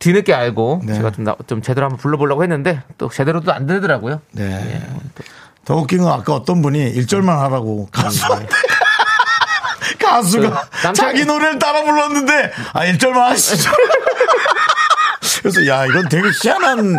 B: 뒤늦게 알고
A: 네.
B: 제가 좀, 나- 좀 제대로 한번 불러보려고 했는데 또 제대로 또 안 되더라고요.
A: 네.
B: 예.
A: 더 웃긴 건 아까 어떤 분이 일절만 하라고 가수한테 가수가
B: 음. 그 남창희-
A: 자기 노래를 따라 불렀는데 아일절만 하시죠. 그래서 야 이건 되게 희한한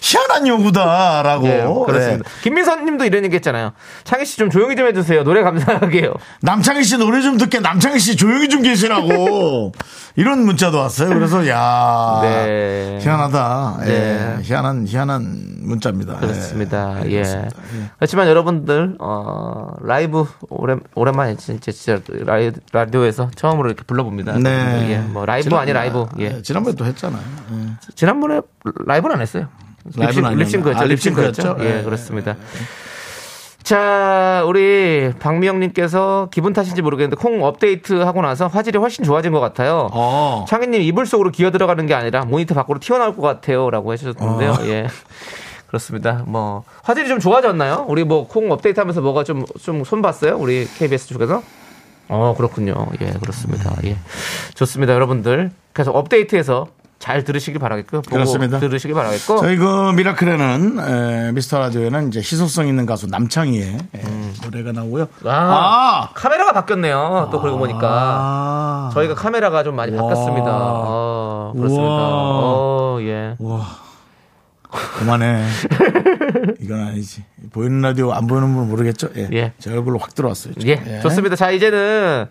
A: 희한한 요구다라고.
B: 예, 그렇습니다.
A: 네.
B: 김민선 님도 이런 얘기 했잖아요. 창희 씨 좀 조용히 좀 해주세요. 노래 감사하게요.
A: 남창희 씨 노래 좀 듣게 남창희 씨 조용히 좀 계시라고 이런 문자도 왔어요. 그래서 야
B: 네.
A: 희한하다.
B: 네.
A: 예, 희한한 희한한 문자입니다. 예,
B: 그렇습니다. 예.
A: 그렇습니다.
B: 그렇지만 여러분들, 어, 라이브, 오랜, 오랜만에 진짜, 진짜 라이, 라디오에서 처음으로 이렇게 불러봅니다.
A: 네.
B: 예. 뭐 라이브 아니 라이브. 예.
A: 지난번에 또 했잖아요. 예.
B: 지난번에 라이브는 안 했어요.
A: 라이브는
B: 립싱,
A: 안
B: 립싱크였죠.
A: 했나? 아,
B: 립싱크였죠.
A: 립싱크였죠?
B: 예,
A: 예.
B: 그렇습니다. 자, 우리 박미영님께서 기분 탓인지 모르겠는데 콩 업데이트 하고 나서 화질이 훨씬 좋아진 것 같아요.
A: 어.
B: 창희님 이불 속으로 기어 들어가는 게 아니라 모니터 밖으로 튀어나올 것 같아요라고 해주셨는데요. 예. 그렇습니다. 뭐 화질이 좀 좋아졌나요? 우리 뭐 콩 업데이트하면서 뭐가 좀 좀 손봤어요? 우리 KBS 쪽에서? 어 그렇군요. 예 그렇습니다.
A: 음.
B: 예 좋습니다, 여러분들. 그래서 업데이트해서 잘 들으시길 바라겠고요. 보고
A: 그렇습니다.
B: 들으시길 바라겠고.
A: 저희 그 미라클에는 에, 미스터 라디오에는 이제 희소성 있는 가수 남창희의 에, 노래가 나오고요.
B: 음. 아,
A: 아!
B: 카메라가 바뀌었네요. 또 그러고 보니까
A: 아.
B: 저희가 카메라가 좀 많이 바뀌었습니다.
A: 와.
B: 어, 그렇습니다.
A: 우와.
B: 어, 예.
A: 와 그만해. 이건 아니지. 보이는 라디오 안 보이는 분 모르겠죠? 예.
B: 예.
A: 제 얼굴로 확 들어왔어요. 지금.
B: 예, 좋습니다. 자, 이제는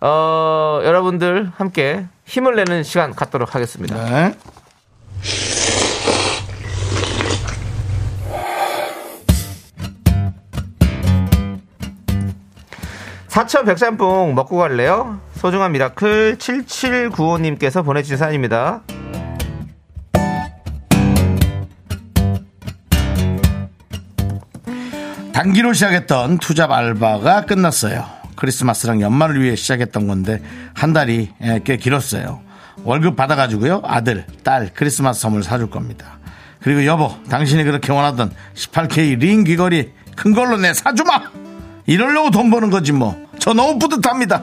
B: 어, 여러분들 함께 힘을 내는 시간 갖도록 하겠습니다.
A: 네.
B: 사천 백짬뽕 먹고 갈래요? 소중한 미라클 7795님께서 보내주신 사연입니다.
A: 단기로 시작했던 투잡 알바가 끝났어요. 크리스마스랑 연말을 위해 시작했던 건데 한 달이 예, 꽤 길었어요. 월급 받아가지고요 아들, 딸 크리스마스 선물 사줄 겁니다. 그리고 여보, 당신이 그렇게 원하던 18K 링 귀걸이 큰 걸로 내 사주마. 이러려고 돈 버는 거지 뭐. 저 너무 뿌듯합니다.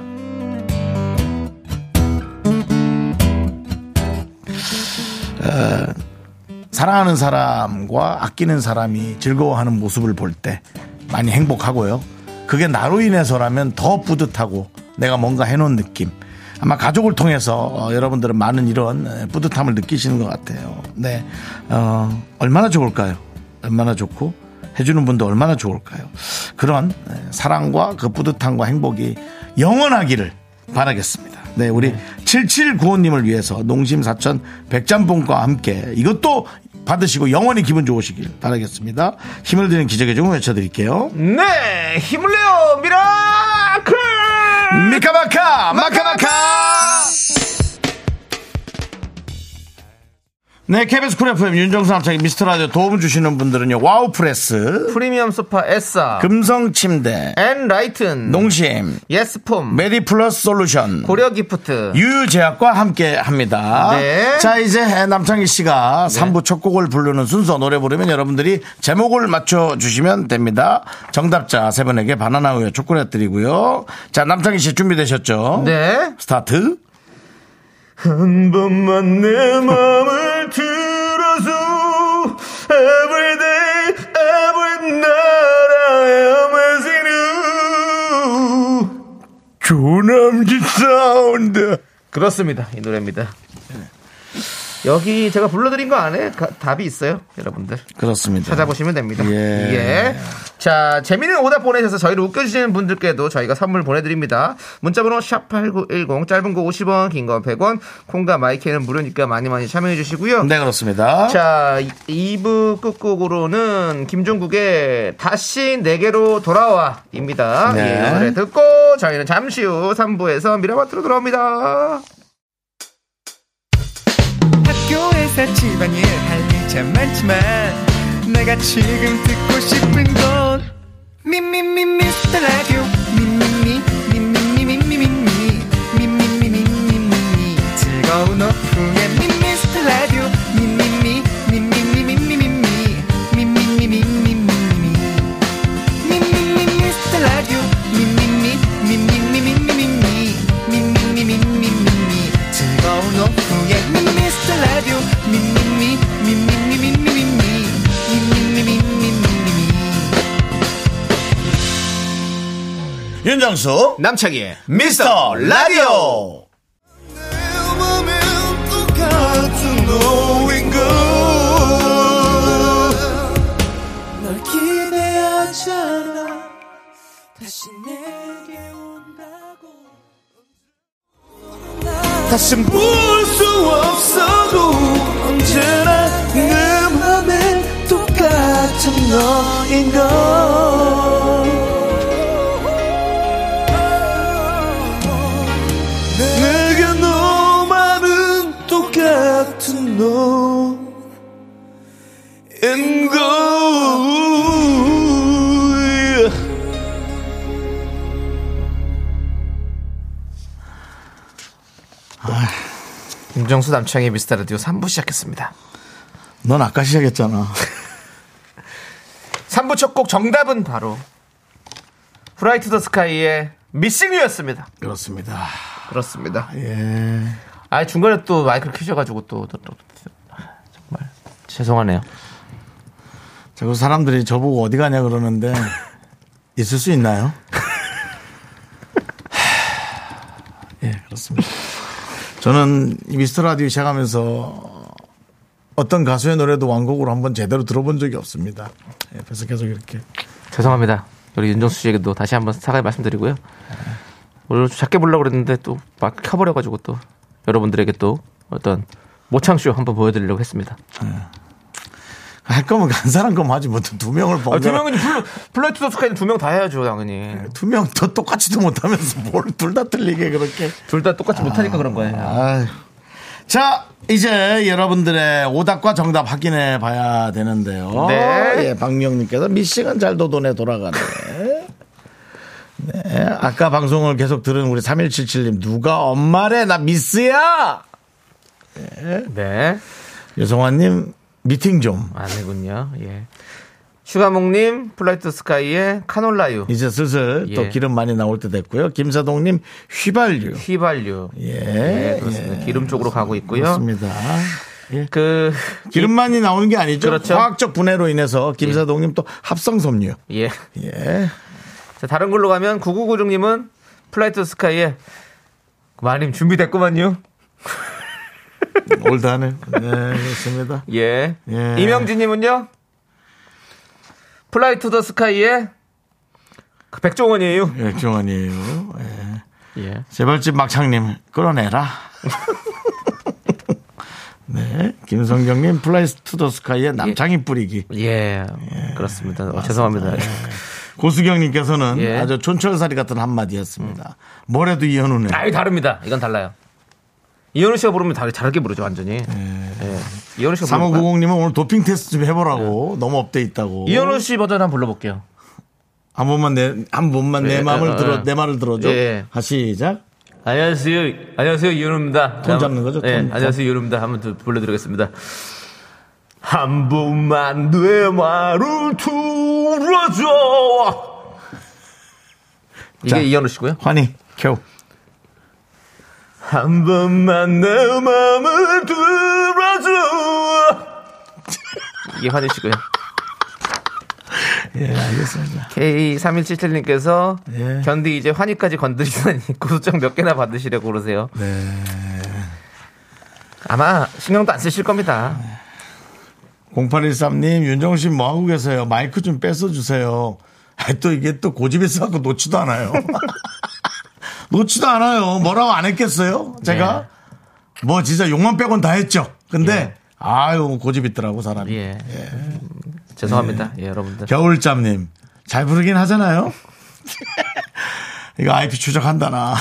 A: 사랑하는 사람과 아끼는 사람이 즐거워하는 모습을 볼 때 많이 행복하고요. 그게 나로 인해서라면 더 뿌듯하고 내가 뭔가 해놓은 느낌. 아마 가족을 통해서 어, 여러분들은 많은 이런 에, 뿌듯함을 느끼시는 것 같아요. 네. 어, 얼마나 좋을까요? 얼마나 좋고 해주는 분도 얼마나 좋을까요? 그런 에, 사랑과 그 뿌듯함과 행복이 영원하기를 바라겠습니다. 네, 우리 7795님을 위해서 농심 사천 백짬뽕과 함께 이것도 받으시고 영원히 기분 좋으시길 바라겠습니다. 힘을 드리는 기적의 종을 외쳐드릴게요.
B: 네, 힘을 내요, 미라클!
A: 미카마카 마카마카 네, KBS 쿨 FM 윤정수 남창의 미스터라디오 도움 주시는 분들은요. 와우프레스
B: 프리미엄 소파 에싸,
A: 금성침대
B: 엔 라이튼,
A: 농심
B: 예스폼,
A: 메디플러스 솔루션
B: 고려 기프트,
A: 유유제약과 함께 합니다.
B: 네.
A: 자, 이제 남창희 씨가 삼 3부 첫 곡을 부르는 순서 노래 부르면 여러분들이 제목을 맞춰주시면 됩니다. 정답자 세 분에게 바나나 우유 초콜릿 드리고요. 자, 남창희 씨 준비되셨죠?
B: 네.
A: 스타트.
B: 한 번만 내 마음을 들어줘 Every day, every night I am missing you
A: 조남지 사운드.
B: 그렇습니다 이 노래입니다 여기 제가 불러드린 거 안에 가- 답이 있어요 여러분들
A: 그렇습니다.
B: 찾아보시면 됩니다
A: 예.
B: 예. 자 재미있는 오답 보내셔서 저희를 웃겨주시는 분들께도 저희가 선물 보내드립니다 문자번호 샵8910 짧은 거 50원 긴 거 100원 콩과 마이크는 무료니까 많이 많이 참여해 주시고요
A: 네, 그렇습니다.
B: 자, 2부 끝곡으로는 김종국의 다시 내게로 돌아와입니다. 예,
A: 네.
B: 이 노래 듣고 저희는 잠시 후 3부에서 미라마트로 돌아옵니다.
F: 학교에서 집안일 할 일 참 많지만 내가 지금 듣고 싶은 건 미미미 미스터 라디오 미미미 미미미 미미미 미미미 미미미 즐거운 오후에 미스터 라디오 미미미 미미미 미미미 미미미 미미미
A: 윤정수.
B: 남창희의
A: 미스터 라디오.
F: 다신 볼수 없어도 언제나 내 맘엔 똑같은 너인 걸 내게 너만은 똑같은 너인 걸
B: 김정수 남창희 미스터 라디오 3부 시작했습니다.
A: 넌 아까 시작했잖아.
B: 3부 첫 곡 정답은 바로 브라이트 더 스카이의 미싱 유였습니다.
A: 그렇습니다.
B: 그렇습니다.
A: 예.
B: 아, 중간에 또 마이크를 켜셔가지고 또, 또- 또- 또- 정말 죄송하네요.
A: 자꾸 그 사람들이 저보고 어디 가냐 그러는데 있을 수 있나요? 예, 그렇습니다. 저는 이 미스터 라디오 시작하면서 어떤 가수의 노래도 완곡으로 한번 제대로 들어본 적이 없습니다. 예, 그래서 계속 이렇게
B: 죄송합니다. 우리 윤정수 씨에게도 다시 한번 사과의 말씀드리고요. 오늘 좀 작게 보려고 그랬는데 또 막 켜버려가지고 또 여러분들에게 또 어떤 모창쇼 한번 보여드리려고 했습니다.
A: 할 거면 간 사람 거면 하지 못해 두 명을 번갈아
B: 두 명은 플라이트 더스카이는 두 명 다 해야죠, 당연히.
A: 두명더 똑같이도 못하면서 뭘 둘 다 틀리게 그렇게
B: 둘 다 똑같이 못하니까 그런 거예요.
A: 아유. 자, 이제 여러분들의 오답과 정답 확인해 봐야 되는데요.
B: 네.
A: 예, 박미영님께서 미싱은 잘 도돈에 돌아가네. 네, 아까 방송을 계속 들은 우리 3177님, 누가 엄마래? 나 미스야!
B: 네.
A: 유성환님, 미팅 좀.
B: 아니군요. 예. 슈가몽님, 플라이트 스카이의 카놀라유,
A: 이제 슬슬
B: 예.
A: 또 기름 많이 나올 때 됐고요. 김사동님, 휘발유.
B: 휘발유.
A: 예.
B: 네, 그렇습니다. 기름 쪽으로 가고 있고요.
A: 그렇습니다. 예.
B: 그,
A: 기름만이 나오는 게 아니죠.
B: 그렇죠.
A: 화학적 분해로 인해서 김사동님 또 합성섬유.
B: 예.
A: 예.
B: 자, 다른 걸로 가면 9996님은 플라이트 스카이의 마님 준비됐구만요.
A: 올드하네요. 네, 그렇습니다.
B: 예.
A: 예.
B: 이명진님은요? 플라이 투더 스카이의 그 백종원이에요.
A: 예, 교환이에요. 예.
B: 예.
A: 재벌집 막창님, 끌어내라. 네. 김성경님, 플라이스 투 더 스카이의 남창이 뿌리기.
B: 예. 그렇습니다. 어, 죄송합니다.
A: 예. 고수경님께서는
B: 예. 음.
A: 아주 촌철살이 같은 한마디였습니다. 뭐래도 이현우네.
B: 아이, 다릅니다. 이건 달라요. 이현우 씨가 부르면 다 다르게 부르죠, 완전히. 예. 이현우 씨가 부르면.
A: 3590님은 오늘 도핑 테스트 좀 해보라고. 너무 업돼 있다고.
B: 예. 이현우 씨 버전 한번 불러볼게요.
A: 한 번만 내, 한 번만
B: 예,
A: 내 마음을
B: 어,
A: 들어,
B: 예.
A: 내 말을 들어줘.
B: 예.
A: 아, 시작.
B: 안녕하세요. 안녕하세요. 이현우입니다.
A: 톤 잡는 거죠?
B: 예.
A: 톤.
B: 안녕하세요. 이현우입니다. 한번 더 불러드리겠습니다. 한 번만 내 말을 들어줘. 이게
A: 자.
B: 이현우 씨고요.
A: 환희, 겨우.
B: 한 번만 내 마음을 들어줘. 이게 환희 씨고요.
A: 예, 알겠습니다.
B: K3177님께서
A: 예.
B: 견디 이제 환희까지 건드리다니 고소장 몇 개나 받으시려고 그러세요. 아마 신경도 안 쓰실 겁니다.
A: 0813님, 윤정우 씨 뭐하고 계세요? 마이크 좀 뺏어주세요. 아, 또 이게 또 고집이 있어갖고 놓지도 않아요. 놓지도 않아요. 뭐라고 안 했겠어요?
B: 네.
A: 제가? 뭐 진짜 욕만 빼곤 다 했죠. 근데, 아유, 고집 있더라고, 사람이.
B: 예. 죄송합니다. 예, 여러분들.
A: 겨울잠님, 잘 부르긴 하잖아요? 이거 IP 추적한다, 나.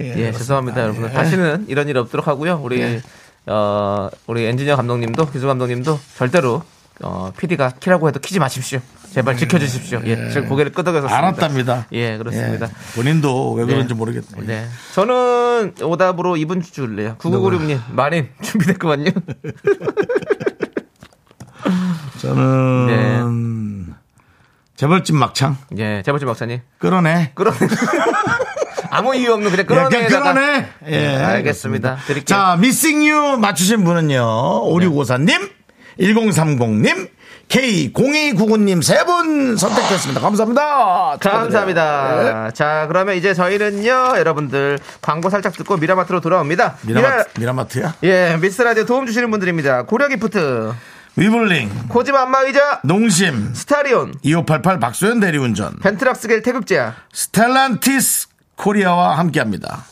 B: 예, 죄송합니다, 여러분들. 다시는 이런 일이 없도록 하고요. 우리 어, 우리 엔지니어 감독님도 기수 감독님도 절대로 어, PD가 키라고 해도 키지 마십시오. 제발 지켜 주십시오. 예. 지금 고개를 끄덕여서
A: 알았답니다.
B: 예, 그렇습니다.
A: 예. 본인도 왜 그런지 모르겠어요.
B: 네. 저는 오답으로 이분 줄래요. 9996님, 마님, 준비됐구만요.
A: 저는
B: 네.
A: 재벌집 막창
B: 예, 재벌집 박사님.
A: 끌어내.
B: 끌어 아무 이유 없는 그냥
A: 예,
B: 끌어내.
A: 그냥 끌어내. 예,
B: 네, 알겠습니다. 드릴게요.
A: 자, 미싱 유 맞추신 분은요. 5654님, 1030님, K0299님 세 분 선택됐습니다. 감사합니다.
B: 감사합니다. 자, 그러면 이제 저희는요, 여러분들 광고 살짝 듣고 미라마트로 돌아옵니다. 미라-
A: 미라마트, 미라마트야?
B: 예, 미스 라디오 도움 주시는 분들입니다. 고려 기프트,
A: 위블링,
B: 코지마 안마의자,
A: 농심,
B: 스타리온,
A: 2588 박소연 대리운전,
B: 벤트락스겔 태극제약,
A: 스텔란티스 코리아와 함께합니다.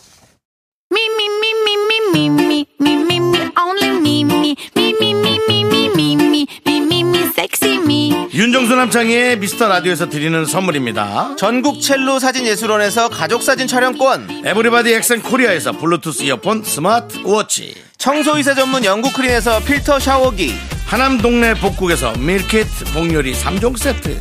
C: Me, me, me, me, me, me, me, me, me, me, only me, me, me, me, me, me, me, me, me, me, me, me, sexy me.
A: 윤정수 남창희의 미스터 라디오에서 드리는 선물입니다.
B: 전국 첼로 사진 예술원에서 가족 사진 촬영권,
A: 에브리바디 엑센 코리아에서 블루투스 이어폰 스마트 워치
B: 청소이사 전문 영국 크린에서 필터 샤워기,
A: 하남 동네 복국에서 밀키트 복요리 3종 세트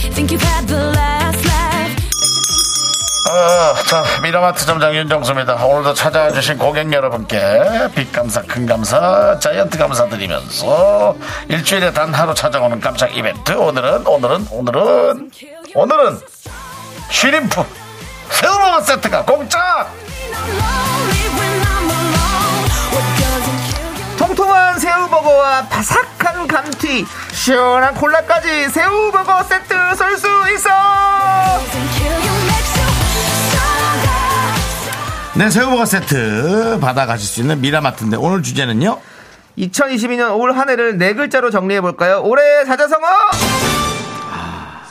D: Think you've had the last laugh?
A: 아, 자 미라마트 점장 윤정수입니다 오늘도 찾아와 주신 고객 여러분께 빅감사 큰감사 자이언트 감사드리면서 일주일에 단 하루 찾아오는 깜짝 이벤트 오늘은 오늘은 오늘은 오늘은 쉬림프 새우버거 세트가 공짜
D: Lonely when I'm alone. What doesn't kill you?
B: 통통한 새우버거와 바삭한 감튀 시원한 콜라까지 새우버거 세트 쏠 수 있어
D: Doesn't kill you makes you stronger.
A: 네, 새우버거 세트 받아가실 수 있는 미라마트인데 오늘 주제는요?
B: 2022년 올 한 해를 네 글자로 정리해 볼까요? 올해의 사자성어!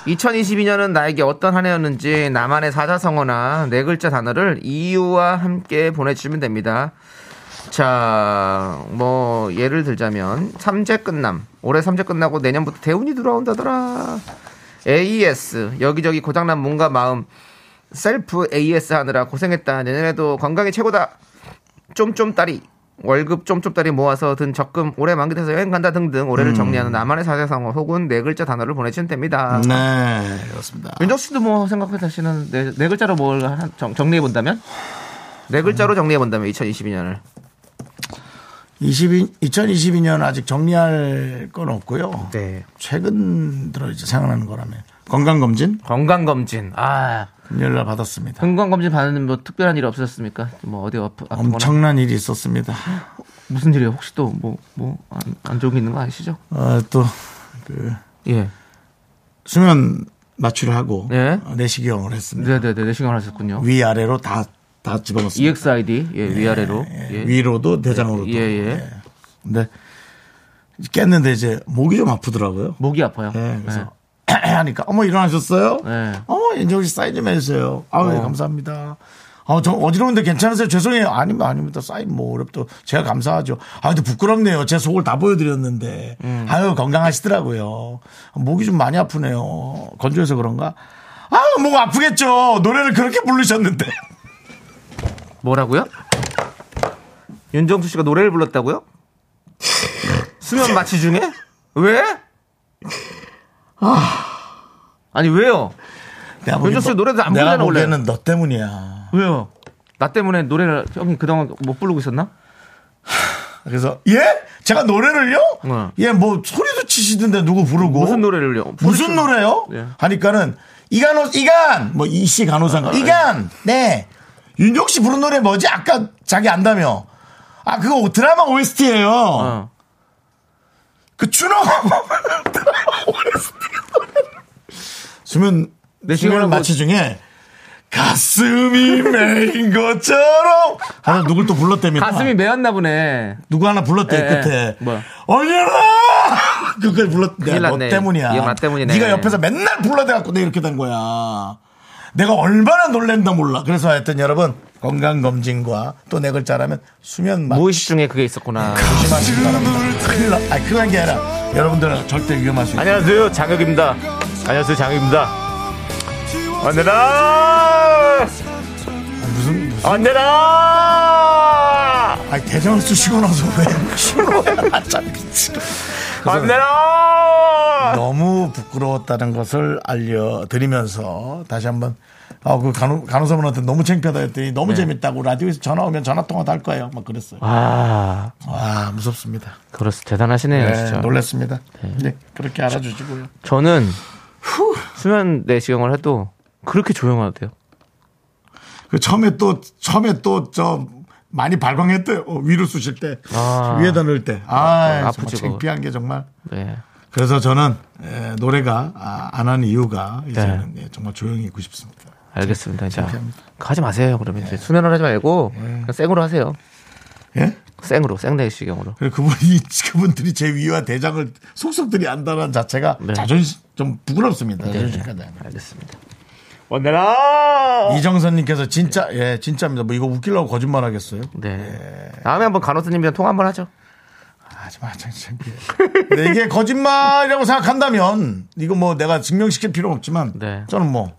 B: 2022년은 나에게 어떤 한 해였는지 나만의 사자성어나 네 글자 단어를 이유와 함께 보내주시면 됩니다. 자, 뭐, 예를 들자면, 삼재 끝남. 올해 삼재 끝나고 내년부터 대운이 들어온다더라. AES. 여기저기 고장난 몸과 마음. 셀프 AS 하느라 고생했다. 내년에도 건강이 최고다. 쫌쫌따리 월급 쫌쫌따리 모아서 든 적금 올해 만기돼서 여행 간다 등등 올해를 정리하는 나만의 사자성어 혹은 네 글자 단어를 보내주시면 됩니다.
A: 네, 그렇습니다.
B: 윤정 씨도 뭐 생각하시는 네, 네 글자로 뭘 하나 정, 정리해 본다면 네 글자로 정리해 본다면 2022년을
A: 22, 2022년 아직 정리할 건 없고요.
B: 네
A: 최근 들어 이제 생각나는 거라면 건강검진
B: 건강 검진 아
A: 연락 받았습니다.
B: 건강 검진 받는 뭐 특별한 일 없으셨습니까? 뭐 어디 아프, 아프거나
A: 엄청난 일이 있었습니다.
B: 무슨 일이에요? 혹시 또 뭐 뭐 안 좋은 게 있는 거 아시죠?
A: 어, 또그
B: 예
A: 수면 마취를 하고
B: 네.
A: 어, 내시경을 했습니다.
B: 네네네 내 시간 하셨군요.
A: 위 아래로 다 다 집어넣습니다.
B: EXID 예, 위아래로 예.
A: 위로도 대장으로도.
B: 예, 예.
A: 근데 깼는데 이제 목이 좀 아프더라고요.
B: 목이 아파요.
A: 예, 그래서 하니까 어머 일어나셨어요?
B: 네.
A: 어머 인정 씨 사인 좀 해주세요. 아우 예, 감사합니다. 아, 저 어지러운데 괜찮으세요? 죄송해요. 아닙니다, 아닙니다. 사인 뭐 어렵도 제가 감사하죠. 아, 근데 부끄럽네요. 제 속을 다 보여드렸는데. 아유 건강하시더라고요. 목이 좀 많이 아프네요. 건조해서 그런가? 아유 목 아프겠죠. 노래를 그렇게 부르셨는데.
B: 뭐라고요? 윤정수 씨가 노래를 불렀다고요? 수면 마취 중에? 왜? 아. 아니 왜요?
A: 내가
B: 윤정수 씨 노래도 안
A: 내가
B: 부르잖아, 원래.
A: 보기에는 너 때문이야.
B: 왜요? 나 때문에 노래를 형이 그동안 못 부르고 있었나?
A: 그래서 예? 제가 노래를요?
B: 응.
A: 예, 뭐 소리도 치시던데 누구 부르고
B: 무슨 노래를요?
A: 무슨 노래요?
B: 예.
A: 하니까는 이간호 이간 뭐 이씨
B: 아,
A: 간호사가 이간 네 윤종 씨 부른 노래 뭐지? 아까 자기 안다며 아 그거 드라마 OST예요.
B: 어.
A: 그 추노 드라마 OST 수면
B: 내
A: 수면
B: 시간하고-
A: 마취 중에 가슴이 메인 것처럼 하나 누굴 또 불렀다며
B: 가슴이 메었나 보네.
A: 누구 하나 불렀대
B: 예, 예.
A: 끝에
B: 뭐야?
A: 얼려라 그걸 불렀대
B: 큰일
A: 너
B: 났네.
A: 때문이야
B: 이게 나 때문이네.
A: 네가 옆에서 맨날 불러대갖고 내가 이렇게 된 거야 내가 얼마나 놀랜다 몰라 그래서 하여튼 여러분 건강검진과 또 네 글자라면 수면 마취
B: 무의식 중에 그게 있었구나.
A: 조심하시기 바랍니다 큰일 나 아니 그건 게 아니라 여러분들은 절대 위험할 수 있어요
B: 안녕하세요 장혁입니다. 안녕하세요 장혁입니다. 안내라
A: 무슨, 무슨
B: 안내라
A: 아니 대장을 쑤시고 나서 왜 신호야 참 미치겠어
B: 안내라
A: 너무 부끄러웠다는 것을 알려드리면서 다시 한번 아, 그 간호, 간호사분한테 너무 창피하다 했더니 너무 재밌다고 라디오에서 전화 오면 전화 통화도 할 거예요. 막 그랬어요.
B: 네. 아
A: 와, 무섭습니다.
B: 그렇 대단하시네요 그렇죠.
A: 네,
B: 진짜.
A: 놀랬습니다. 네, 그렇게 알아주시고요.
B: 저는 수면 내시경을 해도 그렇게 조용하대요.
A: 그 처음에 또, 처음에 또, 저, 많이 발광했대요. 어, 위로 쑤실 때.
B: 아.
A: 위에다 넣을 때. 아,
B: 아,
A: 정말
B: 아프지, 그거.
A: 창피한 게 정말.
B: 네.
A: 그래서 저는 에, 노래가 아, 안 하는 이유가
B: 네.
A: 이제는 예, 정말 조용히 있고 싶습니다.
B: 알겠습니다. 네. 자, 하지 마세요. 그러면 이제 수면을 하지 말고 그냥 생으로 하세요.
A: 예?
B: 생으로 생내시경으로.
A: 그리고 그분이 그분들이 제 위와 대장을 속속들이 안다는 자체가
B: 네.
A: 자존심 좀 부끄럽습니다. 자존심까지 하네요.
B: 알겠습니다. 원내라.
A: 이정선님께서 진짜 예 진짜입니다. 뭐 이거 웃기려고 거짓말 하겠어요?
B: 네. 다음에 한번 간호사님이랑 통화 한번 하죠.
A: 아, 하지마 참 창피해. 근데 이게 거짓말이라고 생각한다면 이거 뭐 내가 증명시킬 필요 없지만
B: 네.
A: 저는 뭐 쟁,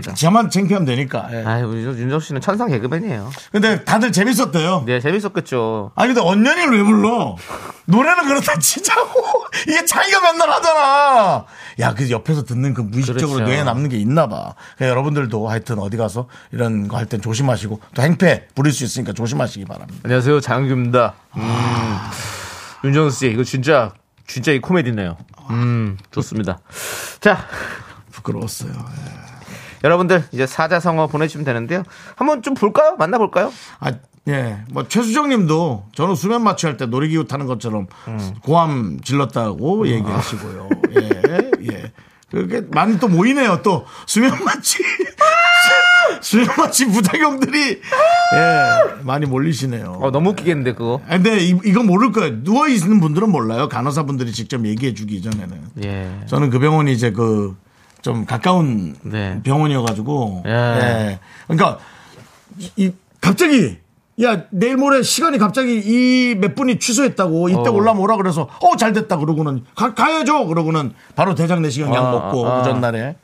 B: 그렇습니다.
A: 저만 창피하면 되니까. 예.
B: 아, 우리 윤정 씨는 천상 개그맨이에요.
A: 근데 다들 재밌었대요.
B: 네, 재밌었겠죠.
A: 아니 근데 언년이를 왜 불러? 노래는 그렇다 치자고 이게 자기가 맨날 하잖아. 야 그 옆에서 듣는 그 무의식적으로
B: 그렇죠.
A: 뇌에 남는 게 있나봐. 여러분들도 하여튼 어디 가서 이런 거 할 땐 조심하시고 또 행패 부릴 수 있으니까 조심하시기 바랍니다.
B: 안녕하세요. 장규입니다. 음. 윤정 씨, 이거 진짜 진짜 이 코미디네요. 음, 좋습니다. 자,
A: 부끄러웠어요. 예.
B: 여러분들 이제 사자성어 보내주시면 되는데요. 한번 좀 볼까요? 만나볼까요?
A: 아 예, 뭐 최수정님도 저는 수면 마취할 때 놀이기구 타는 것처럼 고함 질렀다고 얘기하시고요. 예, 예. 그게 많이 또 모이네요. 또 수면 마취. 술 마신 부작용들이 예, 많이 몰리시네요.
B: 어, 너무 웃기겠는데 그거.
A: 아, 근데 이, 이거 모를 거예요. 누워 있는 분들은 몰라요. 간호사분들이 직접 얘기해 주기 이전에는.
B: 예.
A: 저는 그 병원이 이제 그 좀 가까운
B: 네.
A: 병원이어가지고.
B: 예.
A: 예. 그러니까 이, 이 갑자기 야 내일 모레 시간이 갑자기 이 몇 분이 취소했다고 이때
B: 어.
A: 올라면 오라 그래서 어 잘 됐다 그러고는 가, 가야죠 그러고는 바로 대장 내시경 약
B: 아,
A: 먹고
B: 아.
A: 그 전날에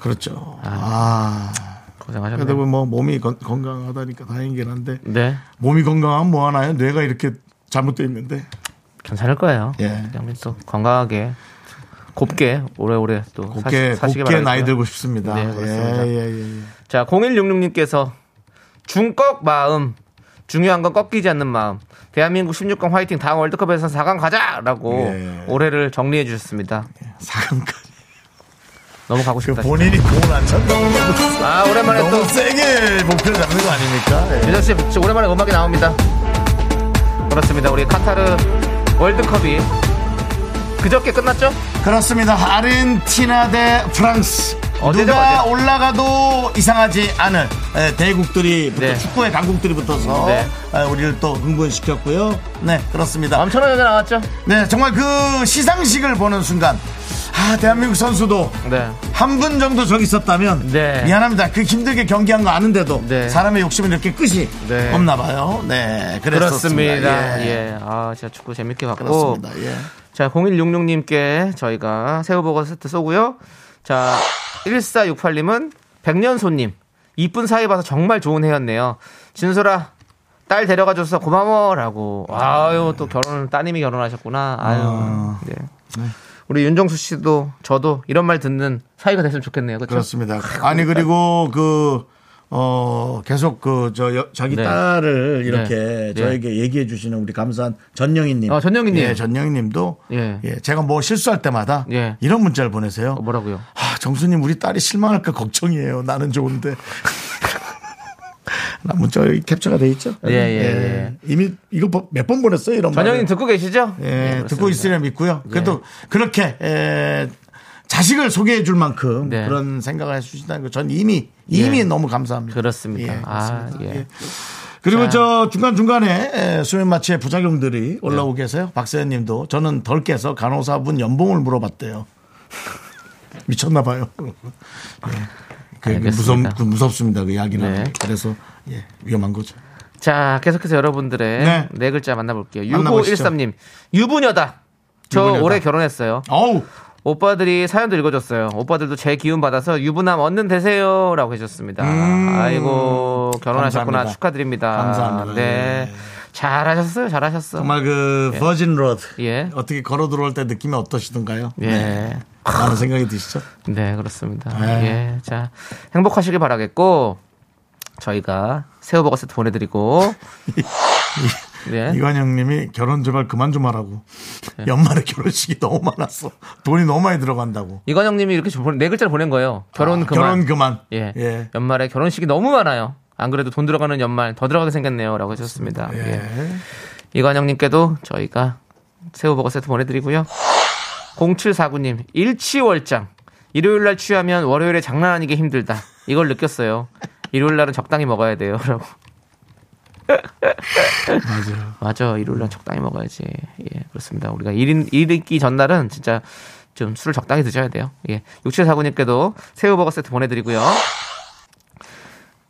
A: 그렇죠. 아, 그래도
B: 고생하셨네요.
A: 뭐 몸이 건, 건강하다니까 다행이긴 한데
B: 네,
A: 몸이 건강하면 뭐 하나요? 뇌가 이렇게 잘못돼 있는데.
B: 괜찮을 거예요.
A: 예.
B: 양민 또 건강하게 곱게 오래오래 또
A: 곱게
B: 사시, 기
A: 곱게 나이
B: 바라고요.
A: 들고 싶습니다.
B: 네, 그렇습니다.
A: 예, 예, 예, 예.
B: 자, 0166님께서 중꺾 마음. 중요한 건 꺾이지 않는 마음. 대한민국 16강 화이팅 다음 월드컵에서 4강 가자라고
A: 예.
B: 올해를 정리해 주셨습니다.
A: 사강까지.
B: 너무 가고
A: 그
B: 싶다.
A: 본인이 돈안 찬다고
B: 아, 오랜만에
A: 너무
B: 또
A: 세게 목표 잡는 거 아닙니까? 예.
B: 유정 씨 진짜 오랜만에 음악이 나옵니다. 그렇습니다. 우리 카타르 월드컵이 그저께 끝났죠?
A: 그렇습니다. 아르헨티나 대 프랑스.
B: 어제죠,
A: 누가
B: 어제.
A: 올라가도 이상하지 않은 에, 대국들이 붙어
B: 네.
A: 축구의 강국들이 붙어서
B: 네.
A: 에, 우리를 또 흥분시켰고요. 네, 그렇습니다.
B: 엄청나게 나왔죠?
A: 네, 정말 그 시상식을 보는 순간 아 대한민국 선수도
B: 네.
A: 한 분 정도 저기 있었다면
B: 네.
A: 미안합니다. 그 힘들게 경기한 거 아는데도
B: 네.
A: 사람의 욕심은 이렇게 끝이
B: 네.
A: 없나 봐요. 네, 그랬었습니다.
B: 그렇습니다.
A: 예.
B: 예. 아, 진짜 축구 재밌게 봤고.
A: 그렇습니다. 예.
B: 자, 0166님께 저희가 새우버거 세트 쏘고요. 자, 1468님은 백년손님. 이쁜 사이 봐서 정말 좋은 해였네요. 진솔아, 딸 데려가줘서 고마워라고. 아유, 또 결혼, 따님이 결혼하셨구나. 아유. 네. 우리 윤정수 씨도 저도 이런 말 듣는 사이가 됐으면 좋겠네요. 그렇죠?
A: 그렇습니다. 아니 그리고 그. 어 계속 그 저 자기
B: 네.
A: 딸을 이렇게
B: 네.
A: 저에게 얘기해 주시는 우리 감사한 전영희님,
B: 아, 전영희님.
A: 예, 전영희님도
B: 예.
A: 예, 제가 뭐 실수할 때마다
B: 예.
A: 이런 문자를 보내세요.
B: 어, 뭐라고요?
A: 아, 정수님 우리 딸이 실망할까 걱정이에요. 나는 좋은데. 아, 나 문자 여기 캡처가 돼 있죠? 네.
B: 예, 예,
A: 이미 이거 몇 번 보냈어요 이런
B: 전영님
A: 말을.
B: 듣고 계시죠?
A: 예,
B: 네,
A: 듣고
B: 그렇습니다. 네.
A: 있으려 믿고요. 그래도 그렇게 에, 자식을 소개해 줄 만큼
B: 네.
A: 그런 생각을 해주신다는 거 전 이미 이미
B: 예.
A: 너무 감사합니다.
B: 그렇습니다.
A: 예,
B: 아,
A: 그렇습니다.
B: 예.
A: 예. 그리고
B: 자.
A: 저 중간 중간에 수면 마취의 부작용들이 올라오고
B: 네.
A: 계세요. 박세현님도 저는 덜 깨서 간호사분 연봉을 물어봤대요. 미쳤나 봐요. 예. 그 무섭
B: 알겠습니다.
A: 그 무섭습니다. 그 이야기는
B: 네.
A: 그래서 예, 위험한 거죠.
B: 자, 계속해서 여러분들의
A: 네.
B: 네, 글자 만나볼게요.
A: 만나보시죠.
B: 6513님. 유부녀다. 저
A: 유부녀다.
B: 올해 결혼했어요.
A: 어우
B: 오빠들이 사연도 읽어줬어요. 오빠들도 제 기운 받아서 유부남 얻는 되세요. 라고 해주셨습니다. 아이고, 결혼하셨구나.
A: 음, 감사합니다.
B: 축하드립니다.
A: 감사합니다.
B: 네.
A: 예.
B: 잘하셨어요. 잘하셨어.
A: 정말 그 버진 로드
B: 예.
A: 어떻게 걸어 들어올 때 느낌이 어떠시던가요?
B: 예.
A: 네. 많은 생각이 드시죠?
B: 네, 그렇습니다.
A: 네.
B: 예. 자, 행복하시길 바라겠고, 저희가 새우버거 세트 보내드리고, 네.
A: 이관영님이 결혼 제발 그만 좀 하라고
B: 예.
A: 연말에 결혼식이 너무 많았어 돈이 너무 많이 들어간다고
B: 이관영 님이 이렇게 좀 보내- 네 글자를 보낸 거예요. 결혼
A: 아,
B: 그만.
A: 결혼 그만.
B: 예.
A: 예.
B: 연말에 결혼식이 너무 많아요. 안 그래도 돈 들어가는 연말 더 들어가게 생겼네요라고 하셨습니다. 예.
A: 예.
B: 이관영님께도 저희가 새우버거 세트 보내드리고요. 0749님 일치월장 일요일 날 취하면 월요일에 장난하는 게 힘들다. 이걸 느꼈어요. 일요일 날은 적당히 먹어야 돼요라고.
A: 맞아요.
B: 맞아 일요일
A: 음.
B: 날 적당히 먹어야지. 예 그렇습니다. 우리가 일인 일인기 전날은 진짜 좀 술을 적당히 드셔야 돼요. 예 육칠사구님께도 새우버거 세트 보내드리고요.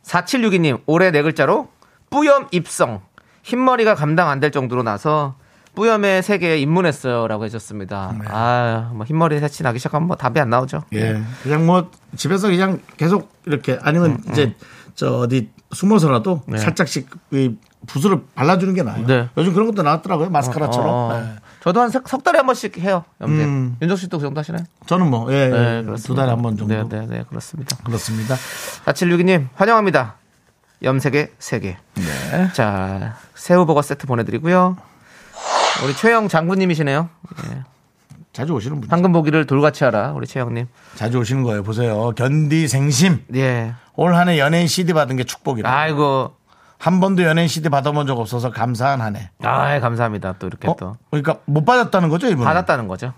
B: 4762님 올해 네 글자로 뿌염 입성 흰머리가 감당 안 될 정도로 나서 뿌염의 세계에 입문했어요라고 해줬습니다. 아뭐 흰머리 새치 나기 시작하면 뭐 답이 안 나오죠.
A: 네. 예. 그냥 뭐 집에서 그냥 계속 이렇게 아니면 이제 저 어디 숨어서라도
B: 음, 네.
A: 살짝씩 이 붓으로 발라주는 게 나아요.
B: 네.
A: 요즘 그런 것도 나왔더라고요. 마스카라처럼.
B: 어,
A: 예.
B: 저도 한 석 달에 한 번씩 해요. 염색.
A: 음.
B: 윤정 씨도 그 정도 하시나요?
A: 저는 뭐, 예, 예. 두
B: 네, 그렇습니다.
A: 달에 한 번 정도.
B: 네, 네, 네, 그렇습니다.
A: 그렇습니다.
B: 4762님 환영합니다. 염색의 세계.
A: 네.
B: 자 새우버거 세트 보내드리고요. 우리 최영 장군님이시네요. 예.
A: 자주 오시는 분.
B: 황금 보기를 돌같이 하라 우리 최영님.
A: 자주 오시는 거예요. 보세요. 견디 생심.
B: 예.
A: 올 한해 연예인 CD 받은 게 축복이라.
B: 아이고.
A: 한 번도 연예인 CD 받아본 적 없어서 감사한 한 해.
B: 아 감사합니다. 또 이렇게
A: 어?
B: 또
A: 그러니까 못 받았다는 거죠, 이분?
B: 받았다는 거죠.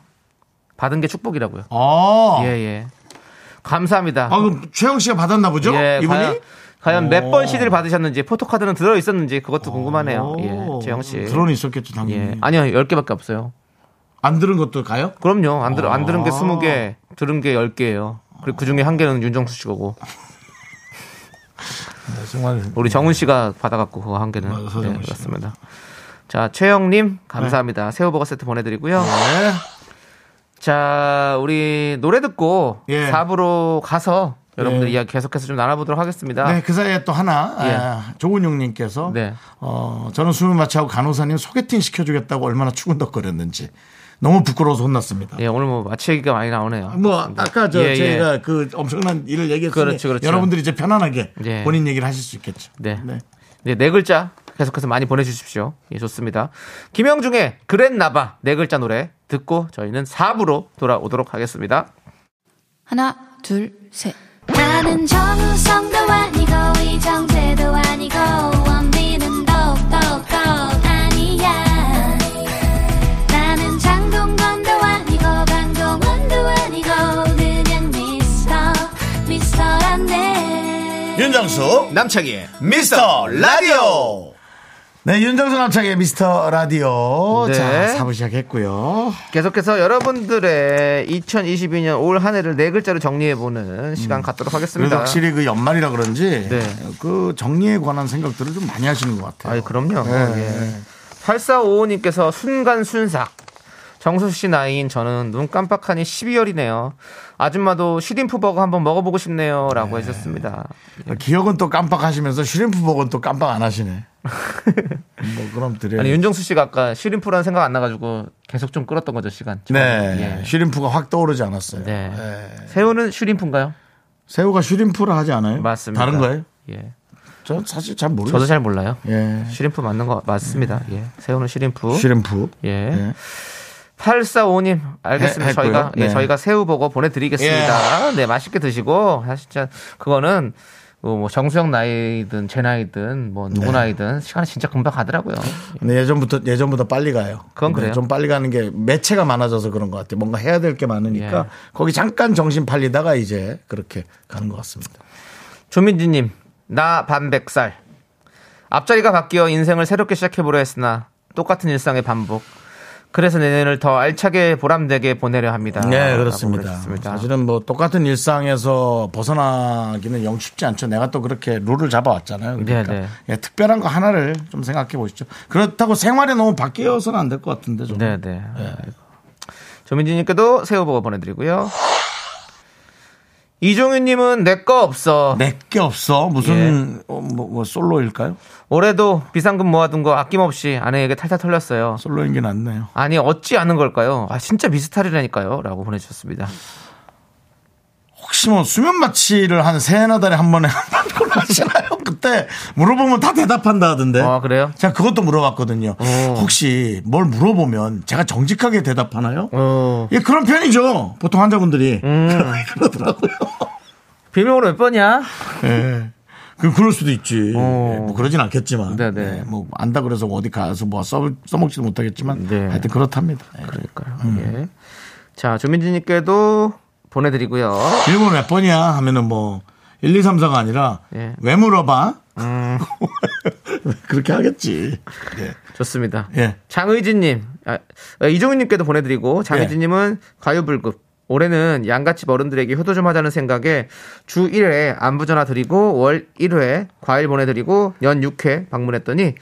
B: 받은 게 축복이라고요.
A: 아.
B: 예 예. 감사합니다.
A: 아, 그럼 최영 씨가 받았나 보죠?
B: 예,
A: 이분이? 어.
B: 과연, 과연 몇
A: 오.
B: 번 CD를 받으셨는지 포토카드는 들어 있었는지 그것도
A: 어.
B: 궁금하네요. 예, 재영 씨.
A: 드론이 있었겠죠, 당연히.
B: 예. 아니요, 10개밖에 없어요.
A: 안 들은 것도 가요?
B: 그럼요. 안, 들, 안 들은
A: 아.
B: 게 20개, 들은 게 10개예요. 그리고 그 중에 한 개는 윤정수 씨 거고.
A: 정말.
B: 우리 정훈 씨가 받아갖고 그 한 개는.
A: 맞아,
B: 네,
A: 정훈 씨.
B: 그렇습니다. 자, 최영님, 감사합니다. 새우버거 세트 보내드리고요.
A: 네.
B: 자, 우리 노래 듣고
A: 예.
B: 4부로 가서 여러분들
A: 예.
B: 이야기 계속해서 좀 나눠보도록 하겠습니다.
A: 네, 그 사이에 또 하나.
B: 아. 예.
A: 아, 조은용님께서.
B: 네.
A: 어, 저는 숨을 마취하고 간호사님 소개팅 시켜주겠다고 얼마나 추근덕거렸는지. 너무 부끄러워서 혼났습니다.
B: 예, 오늘 뭐 마취 얘기가 많이 나오네요.
A: 뭐 아까 저
B: 예, 예.
A: 제가 그 엄청난 일을 얘기했으니
B: 그렇죠, 그렇죠.
A: 여러분들이 이제 편안하게
B: 예.
A: 본인 얘기를 하실 수 있겠죠.
B: 네. 네. 네, 글자 계속해서 많이 보내주십시오. 예, 좋습니다. 김영중의 그랬나봐 네 글자 노래 듣고 저희는 4부로 돌아오도록 하겠습니다.
G: 하나, 둘, 셋.
D: 나는 정우성도 아니고 이정재도 아니고 원빈은 더욱더 아니야 나는 장동건도 아니고 강동원도 아니고 그냥 미스터 미스터란데
A: 윤정수 남창희의 미스터 라디오. 네, 윤정수 남창희의 미스터 라디오.
B: 네.
A: 자, 사부 시작했고요.
B: 계속해서 여러분들의 2022년 올 한 해를 네 글자로 정리해보는 시간 갖도록
A: 음. 그래서
B: 하겠습니다.
A: 확실히 그 연말이라 그런지
B: 네.
A: 그 정리에 관한 생각들을 좀 많이 하시는 것 같아요.
B: 아이, 그럼요.
A: 네.
B: 예. 8455님께서 순간순삭. 정수 씨 나이인 저는 눈 깜빡하니 12월이네요. 아줌마도 시림프 버거 한번 먹어보고 싶네요. 라고 해주셨습니다.
A: 네. 기억은 또 깜빡하시면서 슈림프 복은 또 깜빡 안 하시네. 뭐 그럼 드려요.
B: 아니 윤정수 씨가 아까 시림프라는 생각 안 나가지고 계속 좀 끌었던 거죠 시간.
A: 네,
B: 예.
A: 슈림프가 확 떠오르지 않았어요.
B: 네.
A: 예.
B: 새우는 슈림프인가요?
A: 새우가 슈림프라 하지 않아요? 음?
B: 맞습니다.
A: 다른 거예요? 음?
B: 예.
A: 저 사실 잘 모르겠어요.
B: 저도 잘 몰라요.
A: 예.
B: 슈림프 맞는 거 맞습니다.
A: 음.
B: 예. 새우는 슈림프.
A: 슈림프.
B: 예.
A: 예.
B: 845님 알겠습니다.
A: 해- 했고요.
B: 저희가 예,
A: 네. 예.
B: 저희가 새우 버거 보내드리겠습니다. 네 맛있게 드시고 사실 진짜 그거는 어, 뭐 정수영 나이든 제 나이든 뭐
A: 네.
B: 누구 나이든 시간이 진짜 금방 가더라고요.
A: 근데 예전부터 예전보다 빨리 가요.
B: 그건
A: 근데
B: 그래요.
A: 좀 빨리 가는 게 매체가 많아져서 그런 것 같아요. 뭔가 해야 될 게 많으니까
B: 예.
A: 거기 잠깐 정신 팔리다가 이제 그렇게 가는 것 같습니다.
B: 조민지님, 나 반백살. 앞자리가 바뀌어 인생을 새롭게 시작해보려 했으나 똑같은 일상의 반복. 그래서 내년을 더 알차게 보람되게 보내려 합니다.
A: 네,
B: 라고
A: 그렇습니다.
B: 아, 보내주셨습니다.
A: 사실은 뭐 똑같은 일상에서 벗어나기는 영 쉽지 않죠. 내가 또 그렇게 룰을 잡아왔잖아요. 그러니까
B: 네, 네.
A: 예, 특별한 거 하나를 좀 생각해 보시죠. 그렇다고 생활에 너무 바뀌어서는 예. 안 될 것 같은데 좀.
B: 네, 네. 아이고. 조민지님께도 새우버거 보내드리고요. 이종윤님은 내 거 없어.
A: 내게 없어. 무슨
B: 예.
A: 어, 뭐, 뭐 솔로일까요?
B: 올해도 비상금 모아둔 거 아낌없이 아내에게 탈탈 털렸어요.
A: 솔로인 게 낫네요.
B: 아니 어찌 않은 걸까요? 아 진짜 미스터리라니까요.라고 보내주셨습니다.
A: 혹시 뭐 수면 마취를 한 세나 달에 한 번에 한 번 골라시나요? 그때 물어보면 다 대답한다 하던데.
B: 아 그래요?
A: 제가 그것도 물어봤거든요. 혹시 뭘 물어보면 제가 정직하게 대답하나요?
B: 어. 음.
A: 예, 그런 편이죠. 보통 환자분들이. 그러더라고요.
B: 비밀번호 몇 번이야?
A: 예. 그, 그럴 수도 있지. 예, 뭐, 그러진 않겠지만.
B: 어. 네네.
A: 예, 뭐, 안다 그래서 어디 가서 뭐, 써, 써먹지도 못하겠지만.
B: 네.
A: 하여튼 그렇답니다. 예.
B: 그러니까요. 예. 자, 조민지님께도 보내드리고요.
A: 일본 몇 번이야? 하면은 뭐, 1, 2, 3, 4가 아니라.
B: 예.
A: 왜 물어봐? 음. 그렇게 하겠지. 예.
B: 좋습니다.
A: 예.
B: 장의진님, 아, 아, 이종훈님께도 보내드리고, 장의진님은
A: 예.
B: 과유불급. 올해는 양같이 어른들에게 효도 좀 하자는 생각에 주 1회 안부 전화 드리고 월 1회 과일 보내드리고 연 6회 방문했더니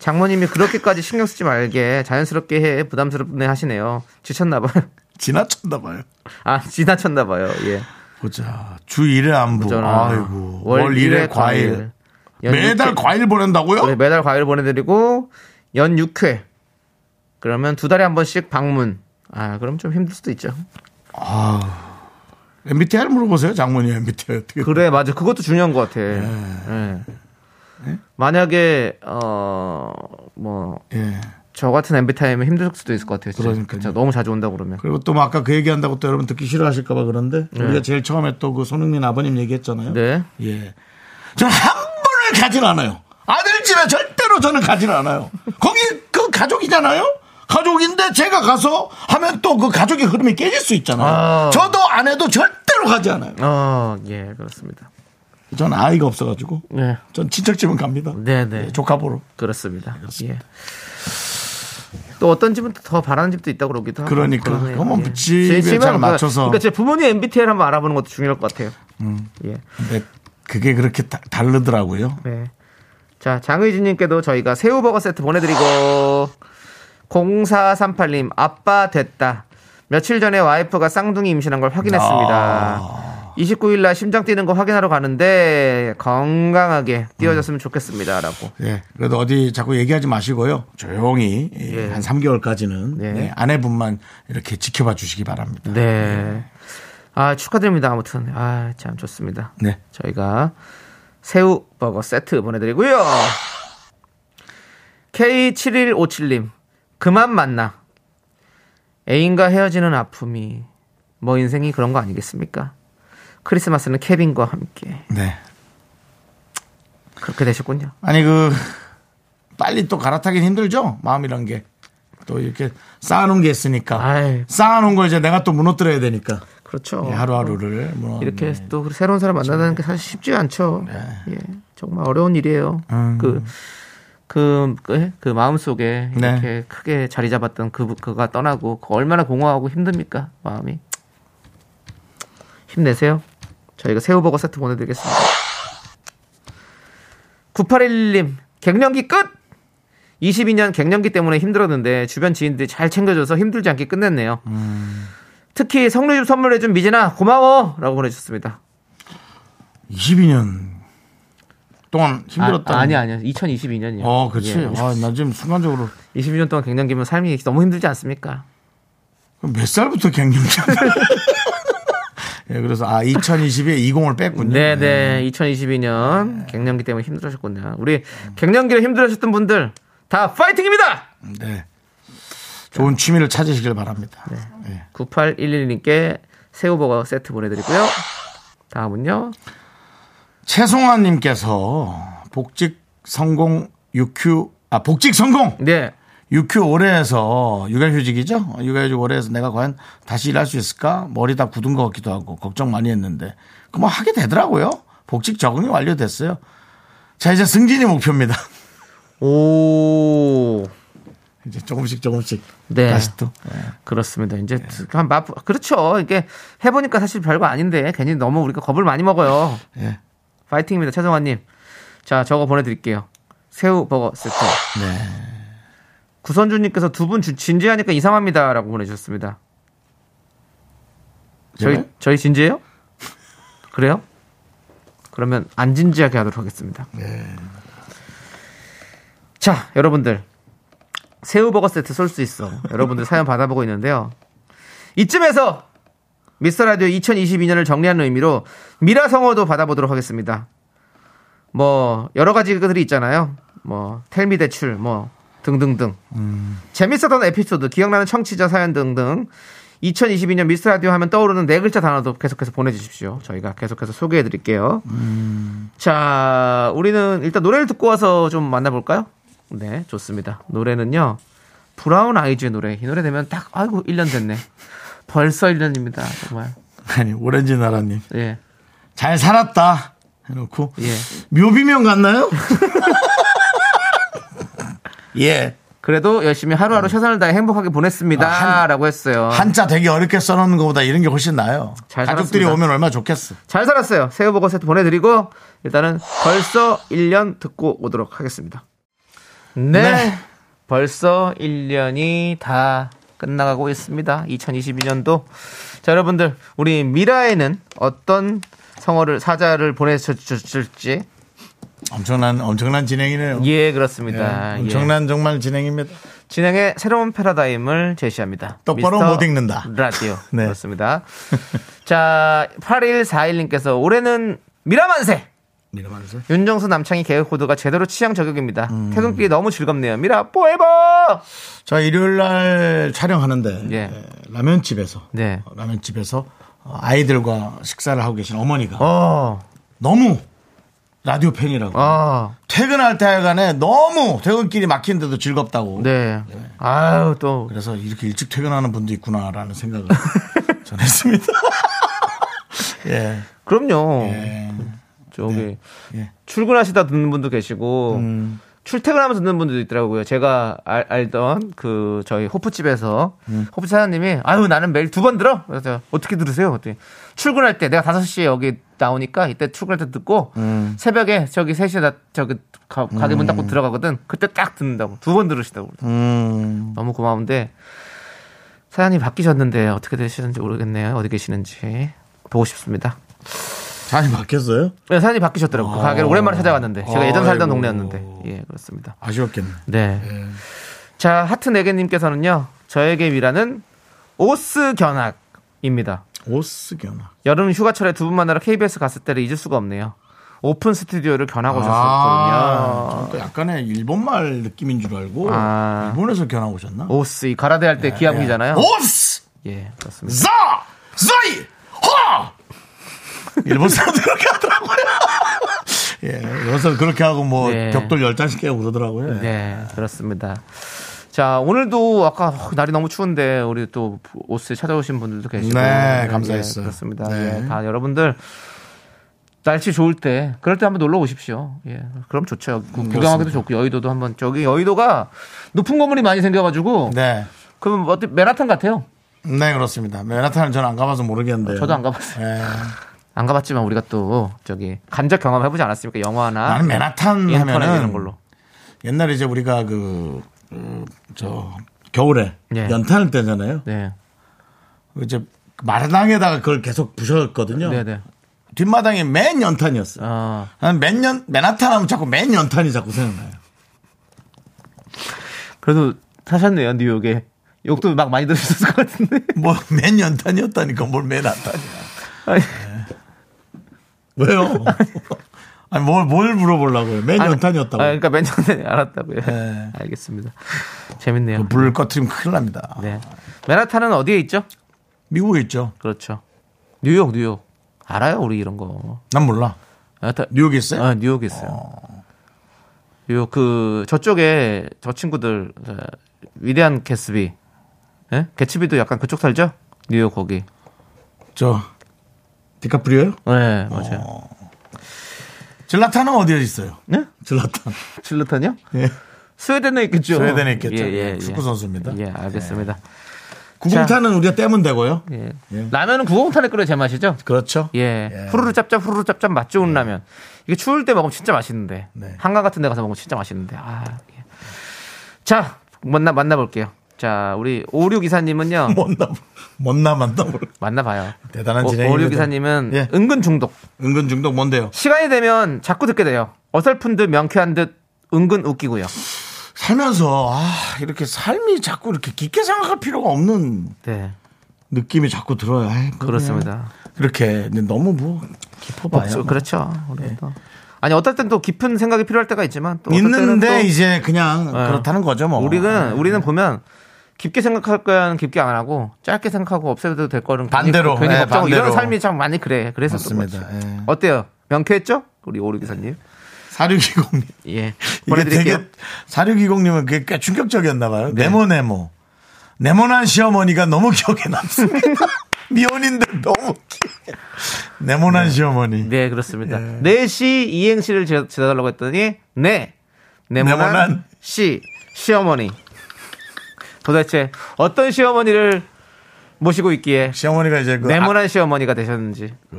B: 장모님이 그렇게까지 신경 쓰지 말게 자연스럽게 해 부담스럽네 하시네요. 지쳤나봐요.
A: 지나쳤나 봐요.
B: 아, 지나쳤나봐요. 예.
A: 보자. 주 1회 안부.
B: 전화.
A: 아이고. 월 1회 과일.
B: 연
A: 매달
B: 6회.
A: 과일 보낸다고요?
B: 네, 매달 과일 보내드리고 연 6회 그러면 두 달에 한 번씩 방문 아 그럼 좀 힘들 수도 있죠
A: MBTI를 물어보세요. 장모님 MBTI 어떻게.
B: 그래 맞아 그것도 중요한 것 같아
A: 네.
B: 예. 만약에 어 뭐
A: 예.
B: 저 같은 MBTI면 힘들 수도 있을 것 같아요. 진짜.
A: 그러니까요.
B: 진짜 너무 자주 온다 그러면.
A: 그리고 또 뭐 아까 그 얘기한다고 또 여러분 듣기 싫어하실까봐 그런데 우리가 제일 처음에 또 그 손흥민 아버님 얘기했잖아요.
B: 네.
A: 예. 전 한 번을 가진 않아요. 아들 집에 절대로 저는 가진 않아요. 거기 그 가족이잖아요.
B: 아.
A: 가족인데 제가 가서 하면 또 그 가족의 흐름이 깨질 수 있잖아요. 저도 아내도 절대로 절대로 가지 않아요.
B: 어, 예, 그렇습니다.
A: 전 아이가 없어가지고
B: 네.
A: 전 친척집은 갑니다.
B: 네, 네.
A: 예, 조카 보러.
B: 그렇습니다. 예. 또 어떤 집은 더 바라는 집도 있다고 그러기도 하고.
A: 그러니까.
B: 그러네요.
A: 그건
B: 예.
A: 집에
B: 제
A: 잘
B: 집안은
A: 맞춰서. 음.
B: 그러니까 제 부모님 MBTI를 한번 알아보는 것도 중요할 것 같아요. 예.
A: 근데 그게 그렇게 다- 다르더라고요.
B: 네. 자, 장의진님께도 저희가 새우버거 세트 보내드리고, 0438님, 아빠 됐다. 며칠 전에 와이프가 쌍둥이 임신한 걸 확인했습니다. 29일날 심장 뛰는 거 확인하러 가는데, 건강하게 뛰어졌으면 좋겠습니다. 라고.
A: 예, 그래도 어디 자꾸 얘기하지 마시고요. 조용히 예,
B: 예.
A: 한 3개월까지는
B: 예.
A: 아내분만 이렇게 지켜봐 주시기 바랍니다.
B: 네. 아, 축하드립니다. 아무튼. 아, 참 좋습니다.
A: 네.
B: 저희가 새우 버거 세트 보내드리고요. K7157님, 그만 만나. 애인과 헤어지는 아픔이 뭐 인생이 그런 거 아니겠습니까? 크리스마스는 케빈과 함께
A: 네.
B: 그렇게 되셨군요.
A: 아니 그 빨리 또 갈아타긴 힘들죠. 마음이란 게 또 이렇게 쌓아놓은 게 있으니까
B: 아이.
A: 쌓아놓은 걸 이제 내가 또 무너뜨려야 되니까
B: 그렇죠.
A: 예, 하루하루를 네. 무너-
B: 이렇게 또 새로운 사람 만나는 게 사실 쉽지 않죠.
A: 네.
B: 예, 정말 어려운 일이에요.
A: 음.
B: 그, 그, 그, 그 마음속에
A: 네.
B: 이렇게 크게 자리 잡았던 그, 그가 떠나고 그 얼마나 공허하고 힘듭니까? 마음이. 힘내세요. 저희가 새우버거 세트 보내드리겠습니다. 9811님, 갱년기 끝! 22년 갱년기 때문에 힘들었는데 주변 지인들이 잘 챙겨줘서 힘들지 않게 끝냈네요.
A: 음.
B: 특히 성류집 선물해준 미진아 고마워 라고 보내주셨습니다
A: 22년 동안 힘들었다.
B: 아, 아니 예. 아니요 2022년이요
A: 어, 그렇지. 아, 나 지금 순간적으로
B: 22년 동안 갱년기면 삶이 너무 힘들지 않습니까
A: 그럼 몇 살부터 갱년기? 예, 그래서 아 2020에 20을 뺐군요. 네.
B: 네네 2022년 갱년기 때문에 힘들으셨군요 우리 갱년기로 힘들으셨던 분들 다 파이팅입니다
A: 네. 좋은 취미를 찾으시길 바랍니다.
B: 네.
A: 예.
B: 9811님께 새우버거 세트 보내드리고요 다음은요
A: 최송아님께서 복직 성공 6큐 아 복직 성공
B: 네
A: 6큐 올해에서 육아휴직이죠? 육아휴직 올해에서 내가 과연 다시 일할 수 있을까? 머리 다 굳은 것 같기도 하고 걱정 많이 했는데 그뭐 하게 되더라고요. 복직 적응이 완료됐어요. 자 이제 승진이 목표입니다.
B: 오,
A: 이제 조금씩 조금씩
B: 네.
A: 다시 네. 또
B: 그렇습니다. 이제 한 맛, 그렇죠. 이게 해보니까 사실 별거 아닌데 괜히 너무 우리가 겁을 많이 먹어요.
A: 예. 예.
B: 파이팅입니다, 최성환님. 자, 저거 보내드릴게요. 새우 버거 세트.
A: 네.
B: 구선주님께서 두 분 진지하니까 이상합니다라고 보내주셨습니다. 저희
A: 네.
B: 저희 진지해요? 그래요? 그러면 안 진지하게 하도록 하겠습니다. 자, 여러분들 새우 버거 세트 쏠 수 있어. 여러분들 사연 받아보고 있는데요. 이쯤에서 미스터 라디오 2022년을 정리하는 의미로 미라 성어도 받아보도록 하겠습니다. 뭐 여러 가지들이 있잖아요. 뭐 텔미 대출 뭐 등등등. 재밌었던 에피소드, 기억나는 청취자 사연 등등. 2022년 미스터 라디오 하면 떠오르는 네 글자 단어도 계속해서 보내주십시오. 저희가 계속해서 소개해드릴게요.
A: 음.
B: 자, 우리는 일단 노래를 듣고 와서 좀 만나볼까요? 네, 좋습니다. 노래는요. 브라운 아이즈의 노래. 이 노래 되면 딱, 아이고, 1년 됐네. 벌써 1년입니다. 정말.
A: 아니 오렌지 나라님
B: 예.
A: 잘 살았다 해놓고
B: 예.
A: 묘비명 같나요? 예
B: 그래도 열심히 하루하루 최선을 다해 행복하게 보냈습니다.
A: 음. 아,
B: 라고 했어요.
A: 한자 되게 어렵게 써놓는 것보다 이런 게 훨씬 나아요.
B: 잘
A: 가족들이
B: 살았습니다.
A: 오면 얼마나 좋겠어.
B: 잘 살았어요. 새우버거 세트 보내드리고 일단은 벌써 1년 듣고 오도록 하겠습니다. 네.
A: 네.
B: 벌써 1년이 다 끝나가고 있습니다. 2022년도. 자, 여러분들, 우리 미라에는 어떤 성어를, 사자를 보내주실지.
A: 엄청난 엄청난 진행이네요.
B: 예,
A: 예,
B: 그렇습니다. 예.
A: 엄청난 정말 진행입니다.
B: 진행의 새로운 패러다임을 제시합니다.
A: 똑바로
B: 미스터
A: 못 읽는다.
B: 라디오.
A: 네.
B: 그렇습니다. 자, 8141님께서 올해는 미라만세!
A: 이러면서
B: 윤정수 남창희 계획 코드가 제대로 취향 저격입니다. 퇴근길이 너무 즐겁네요. 미라 포에버.
A: 자 일요일 날 촬영하는데
B: 예.
A: 예, 라면집에서
B: 네.
A: 어, 라면집에서 어, 아이들과 식사를 하고 계신 어머니가
B: 어,
A: 너무 라디오 팬이라고
B: 어,
A: 퇴근할 때간에 너무 퇴근길이 막히는데도 즐겁다고.
B: 네. 아유 또
A: 그래서 이렇게 일찍 퇴근하는 분도 있구나라는 생각을 전했습니다. 예.
B: 그럼요.
A: 네.
B: 저기
A: 예.
B: 출근하시다 듣는 분도 계시고 출퇴근하면서 듣는 분도 있더라고요. 제가 알, 알던 그 저희 호프집에서 호프집 사장님이 아유 나는 매일 두 번 들어. 그래서 어떻게 들으세요? 그랬더니 출근할 때 내가 5시에 여기 나오니까 이때 출근할 때 듣고 새벽에 저기 3시에 나 저기 가, 게문 닫고 들어가거든. 그때 딱 듣는다고. 두 번 들으시다고. 그러더라고요.
A: 음.
B: 너무 고마운데 사장님 바뀌셨는데 어떻게 되시는지 모르겠네요. 어디 계시는지 보고 싶습니다.
A: 사람이 바뀌었어요?
B: 네, 사장님 바뀌셨더라고요. 그 가게를 오랜만에 찾아왔는데 제가 예전 살던 동네였는데 예 그렇습니다.
A: 아쉬웠겠네.
B: 네. 자 하트 네개님께서는요 저에게 위라는 오스 견학입니다.
A: 오스겨나.
B: 여름 휴가철에 두 분 만나러 KBS 갔을 때를 잊을 수가 없네요. 오픈 스튜디오를 견학
A: 아,
B: 오셨었거든요.
A: 저는 또 약간의 일본말 느낌인 줄 알고
B: 아.
A: 일본에서 겨나 오셨나?
B: 오스 이 가라데 할 때 기합이잖아요.
A: 네. 어? 오스!
B: 예 그렇습니다.
A: 자! 자이! 허! 일본 사람들 그렇게 하더라고요. 예, 일본 사람 그렇게 하고 뭐
B: 네.
A: 격돌 열단씩 깨고 그러더라고요. 예.
B: 네 그렇습니다. 자 오늘도 아까 어, 날이 너무 추운데 우리 또 오스 찾아오신 분들도 계시고
A: 네,
B: 예,
A: 감사했어요.
B: 그렇습니다.
A: 네.
B: 예, 다 여러분들 날씨 좋을 때 그럴 때 한번 놀러 오십시오. 예, 그럼 좋죠. 구-
A: 음,
B: 구경하기도 좋고 여의도도 한번 저기 여의도가 높은 건물이 많이 생겨가지고
A: 네.
B: 그럼 어때 맨하탄 같아요.
A: 네, 그렇습니다. 맨하탄은 저는 안 가봐서 모르겠는데.
B: 저도 안 가봤어요.
A: 예.
B: 안 가봤지만 우리가 또 저기 간접 경험 해보지 않았습니까? 영화나
A: 나는 맨하탄
B: 인터넷 아, 이런
A: 하면은
B: 걸로.
A: 옛날에 이제 우리가 그, 음, 저, 겨울에
B: 네.
A: 연탄을 떼잖아요. 그
B: 네,
A: 이제 마당에다가 그걸 계속 부셨거든요.
B: 네, 네.
A: 뒷마당이 맨 연탄이었어요.
B: 어,
A: 난맨 연, 맨하탄 하면 자꾸 맨 연탄이 자꾸 생각나요.
B: 그래도 사셨네요 뉴욕에. 욕도 막 많이 들으셨을 것 같은데.
A: 뭐 맨 연탄이었다니까 뭘 맨 연탄이야.
B: 아니,
A: 왜요? 아니 뭘, 뭘 물어보려고요. 맨
B: 아니,
A: 연탄이었다고.
B: 아, 그러니까 몇 년에 알았다고요.
A: 네. 뭐
B: 알겠습니다. 재밌네요.
A: 불을 꺼트리면 큰일 납니다.
B: 그러니까. 네. 맨하탄은 어디에 있죠?
A: 미국에 있죠.
B: 그렇죠. 뉴욕, 뉴욕. 알아요, 우리 이런 거.
A: 난 몰라.
B: 맨하탄-
A: 뉴욕에 있어요?
B: 아, 뉴욕에 있어요. 뉴욕 그 저쪽에 저 친구들 어, 위대한 개츠비. 예? 개츠비도 약간 그쪽 살죠? 뉴욕 거기.
A: 저 디카프리오요?
B: 네, 맞아요.
A: 어. 질라탄은 어디에 있어요?
B: 네?
A: 질라탄.
B: 질르탄이요?
A: 예.
B: 스웨덴에 있겠죠.
A: 스웨덴에 있겠죠.
B: 예, 예, 예.
A: 축구 선수입니다.
B: 예, 알겠습니다.
A: 구공탄은 우리가 떼면 되고요.
B: 예.
A: 예.
B: 라면은 구공탄에 끓여 제맛이죠?
A: 그렇죠.
B: 예. 후루루 짭짭 후루루 짭짭 맛 좋은 라면. 이게 추울 때 먹으면 진짜 맛있는데.
A: 예. 네.
B: 한강 같은 데 가서 먹으면 진짜 맛있는데. 아. 예. 자, 만나 만나 볼게요. 자, 우리 오류 기사님은요.
A: 못나 못나 만나 모르.
B: 만나 봐요.
A: 뭐. 대단한 진행입니다.
B: 오류 기사님은
A: 예.
B: 은근 중독.
A: 은근 중독 뭔데요?
B: 시간이 되면 자꾸 듣게 돼요. 어설픈 듯 명쾌한 듯 은근 웃기고요.
A: 살면서 아 이렇게 삶이 자꾸 이렇게 깊게 생각할 필요가 없는
B: 네.
A: 느낌이 자꾸 들어요. 아이, 그냥
B: 그렇습니다.
A: 그렇게 근데 너무 뭐 깊어봐요. 네.
B: 복수, 그렇죠. 우리도. 아니, 어떨 땐 또 깊은 생각이 필요할 때가 있지만 또 어떨 때는
A: 있는데
B: 또 어.
A: 이제 그냥 그렇다는 거죠 뭐.
B: 우리는 우리는 보면 깊게 생각할 거야는 깊게 안 하고 짧게 생각하고 없애도 될 거는 괜히-
A: 반대로,
B: 괜히
A: 예,
B: 걱정하고 이런
A: 반대로.
B: 삶이 참 많이 그래 그래서
A: 맞습니다,
B: 그런 거지.
A: 예.
B: 어때요 명쾌했죠 우리 오류 기사님
A: 사륙이공님
B: 예
A: 이게 되게
B: 보내드릴게요
A: 사륙이공님은 그게 꽤 충격적이었나 봐요. 네모 네모 네모난 시어머니가 너무 기억에 남습니다. 미혼인데 너무 웃기게. 네모난 시어머니.
B: 네 그렇습니다 네시 이행시를 제- 제달라고 했더니 네 네모난,
A: 네모난.
B: 시 시어머니 도대체 어떤 시어머니를 모시고 있기에
A: 시어머니가 이제 그
B: 네모난 시어머니가 되셨는지
A: 아-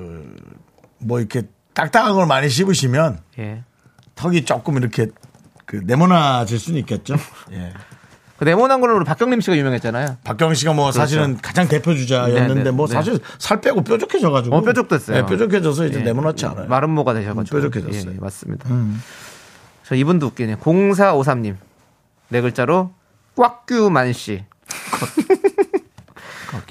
A: 뭐 이렇게 딱딱한 걸 많이 씹으시면
B: 예
A: 턱이 조금 이렇게 그 네모나질 수는 있겠죠. 예.
B: 그 네모난 걸로 우리 박경림 씨가 유명했잖아요
A: 박경 씨가 뭐 사실은 가장 대표 주자였는데
B: 그렇죠. 네, 네,
A: 뭐
B: 네.
A: 사실 살 빼고 뾰족해져 가지고
B: 어, 뾰족됐어요.
A: 네, 뾰족해져서 이제
B: 예,
A: 네모나지 않아요.
B: 마른 모가 되셔가지고
A: 음, 뾰족해졌어요. 음.
B: 예, 예, 맞습니다. 저 이분도 웃기네요. 0453님 네 글자로 꽉규만 씨.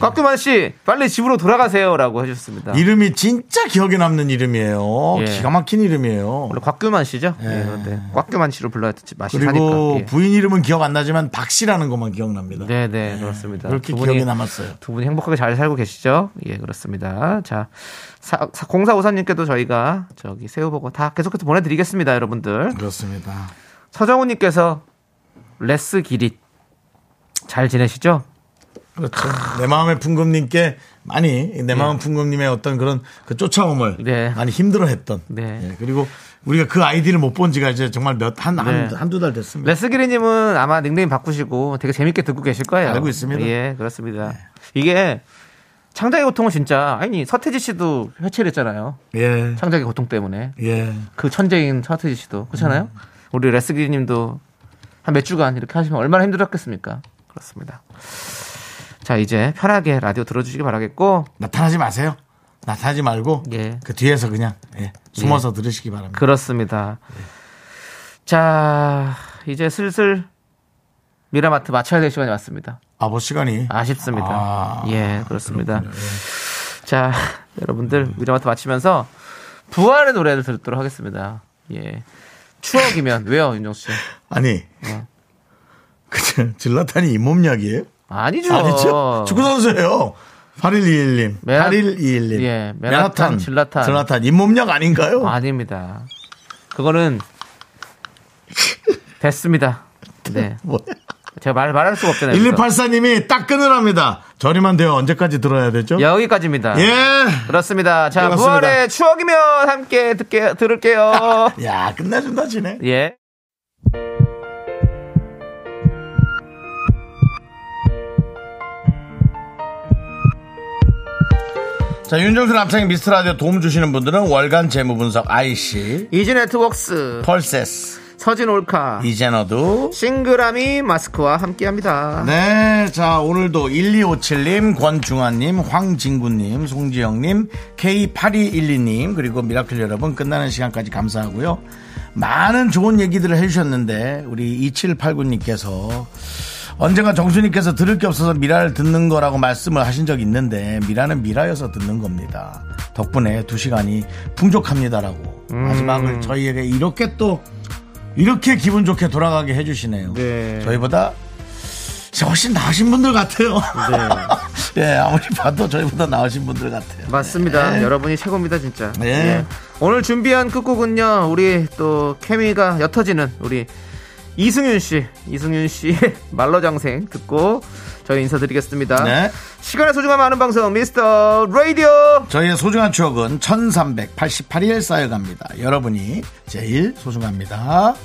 B: 꽉규만 씨 빨리 집으로 돌아가세요라고 해주셨습니다.
A: 이름이 진짜 기억에 남는 이름이에요.
B: 예.
A: 기가 막힌 이름이에요.
B: 원래 꽉규만 씨죠? 예. 그런데 꽉규만 씨로 불러야 맛이
A: 네. 그리고
B: 사니까. 예.
A: 부인 이름은 기억 안 나지만 박 씨라는 것만 기억납니다.
B: 네, 네, 그렇습니다.
A: 그렇게
B: 두 분이-
A: 기억이 남았어요.
B: 두 분이 행복하게 잘 살고 계시죠? 예, 그렇습니다. 자, 사, 사, 0453님께도 저희가 저기 새우버거 다 계속해서 보내드리겠습니다, 여러분들.
A: 그렇습니다.
B: 서정훈님께서 레스 기릿 잘 지내시죠?
A: 네. 그렇죠. 내 마음의 풍금님께 많이 내 마음 풍금님의 어떤 그런 그 쫓아옴을
B: 네.
A: 많이 힘들어했던.
B: 네.
A: 예, 그리고 우리가 그 아이디를 못 본 지가 이제 정말 몇 한 한,
B: 네.
A: 한두 달 됐습니다.
B: 레스기리님은 아마 닉네임 바꾸시고 되게 재밌게 듣고 계실 거예요.
A: 알고 있습니다. 네.
B: 예, 그렇습니다. 이게 창작의 고통은 진짜 아니 서태지 씨도 해체를 했잖아요.
A: 예.
B: 창작의 고통 때문에
A: 예.
B: 그 천재인 서태지 씨도 그렇잖아요. 우리 레스기리님도 한 몇 주간 이렇게 하시면 얼마나 힘들었겠습니까? 그렇습니다. 자 이제 편하게 라디오 들어주시기 바라겠고
A: 나타나지 마세요. 나타나지 말고
B: 예.
A: 그 뒤에서 그냥 예, 숨어서 들으시기 바랍니다.
B: 그렇습니다. 자 이제 슬슬 미라마트 마쳐야 될 시간이 왔습니다.
A: 아버 시간이
B: 아쉽습니다.
A: 아,
B: 예, 그렇습니다. 자, 여러분들 위로마트 마치면서 부활의 노래를 듣도록 하겠습니다. 예. 추억이면 왜요, 윤정수 씨?
A: 아니
B: 네.
A: 그냥 질라탄이 잇몸 약이에요?
B: 아니죠.
A: 아니죠? 축구 선수예요. 8121님,
B: 메라-
A: 8121님,
B: 예, 메라탄, 질라탄.
A: 질라탄 잇몸약 아닌가요?
B: 어. 아닙니다. 그거는 됐습니다. 네.
A: 뭐야?
B: 제가 말, 말할 수가 없잖아요. 여기서.
A: 1284님이 딱 끊으랍니다. 저리만 돼요. 언제까지 들어야 되죠?
B: 여기까지입니다.
A: 예.
B: 그렇습니다. 자,
A: 그렇습니다.
B: 부활의 추억이면 함께 듣게, 들을게요.
A: 야, 끝내준다, 지네.
B: 예.
A: 자, 윤정수 남창의 미스터 라디오 도움 주시는 분들은 월간 재무분석 IC,
B: 이지 네트웍스,
A: 펄세스,
B: 서진 올카,
A: 이젠어두.
B: 싱그라미 마스크와 함께합니다.
A: 네, 자, 오늘도 1257님, 권중환님, 황진구님, 송지영님, K8212님, 그리고 미라클 여러분, 끝나는 시간까지 감사하고요. 많은 좋은 얘기들을 해주셨는데, 우리 2789님께서 언젠가 정수님께서 들을 게 없어서 미라를 듣는 거라고 말씀을 하신 적이 있는데, 미라는 미라여서 듣는 겁니다. 덕분에 두 시간이 풍족합니다라고.
B: 음.
A: 마지막을 저희에게 이렇게 또, 이렇게 기분 좋게 돌아가게 해주시네요.
B: 네.
A: 저희보다 진짜 훨씬 나으신 분들 같아요. 예, 아무리 봐도 저희보다 나으신 분들 같아요.
B: 맞습니다. 네. 여러분이 최고입니다, 진짜.
A: 예.
B: 오늘 준비한 끝곡은요, 우리 또 케미가 옅어지는 우리 이승윤 씨, 이승윤 씨의 말러장생 듣고 저희 인사드리겠습니다.
A: 네.
B: 시간의 소중함 아는 방송, 미스터 라디오!
A: 저희의 소중한 추억은 1388일 쌓여갑니다. 여러분이 제일 소중합니다.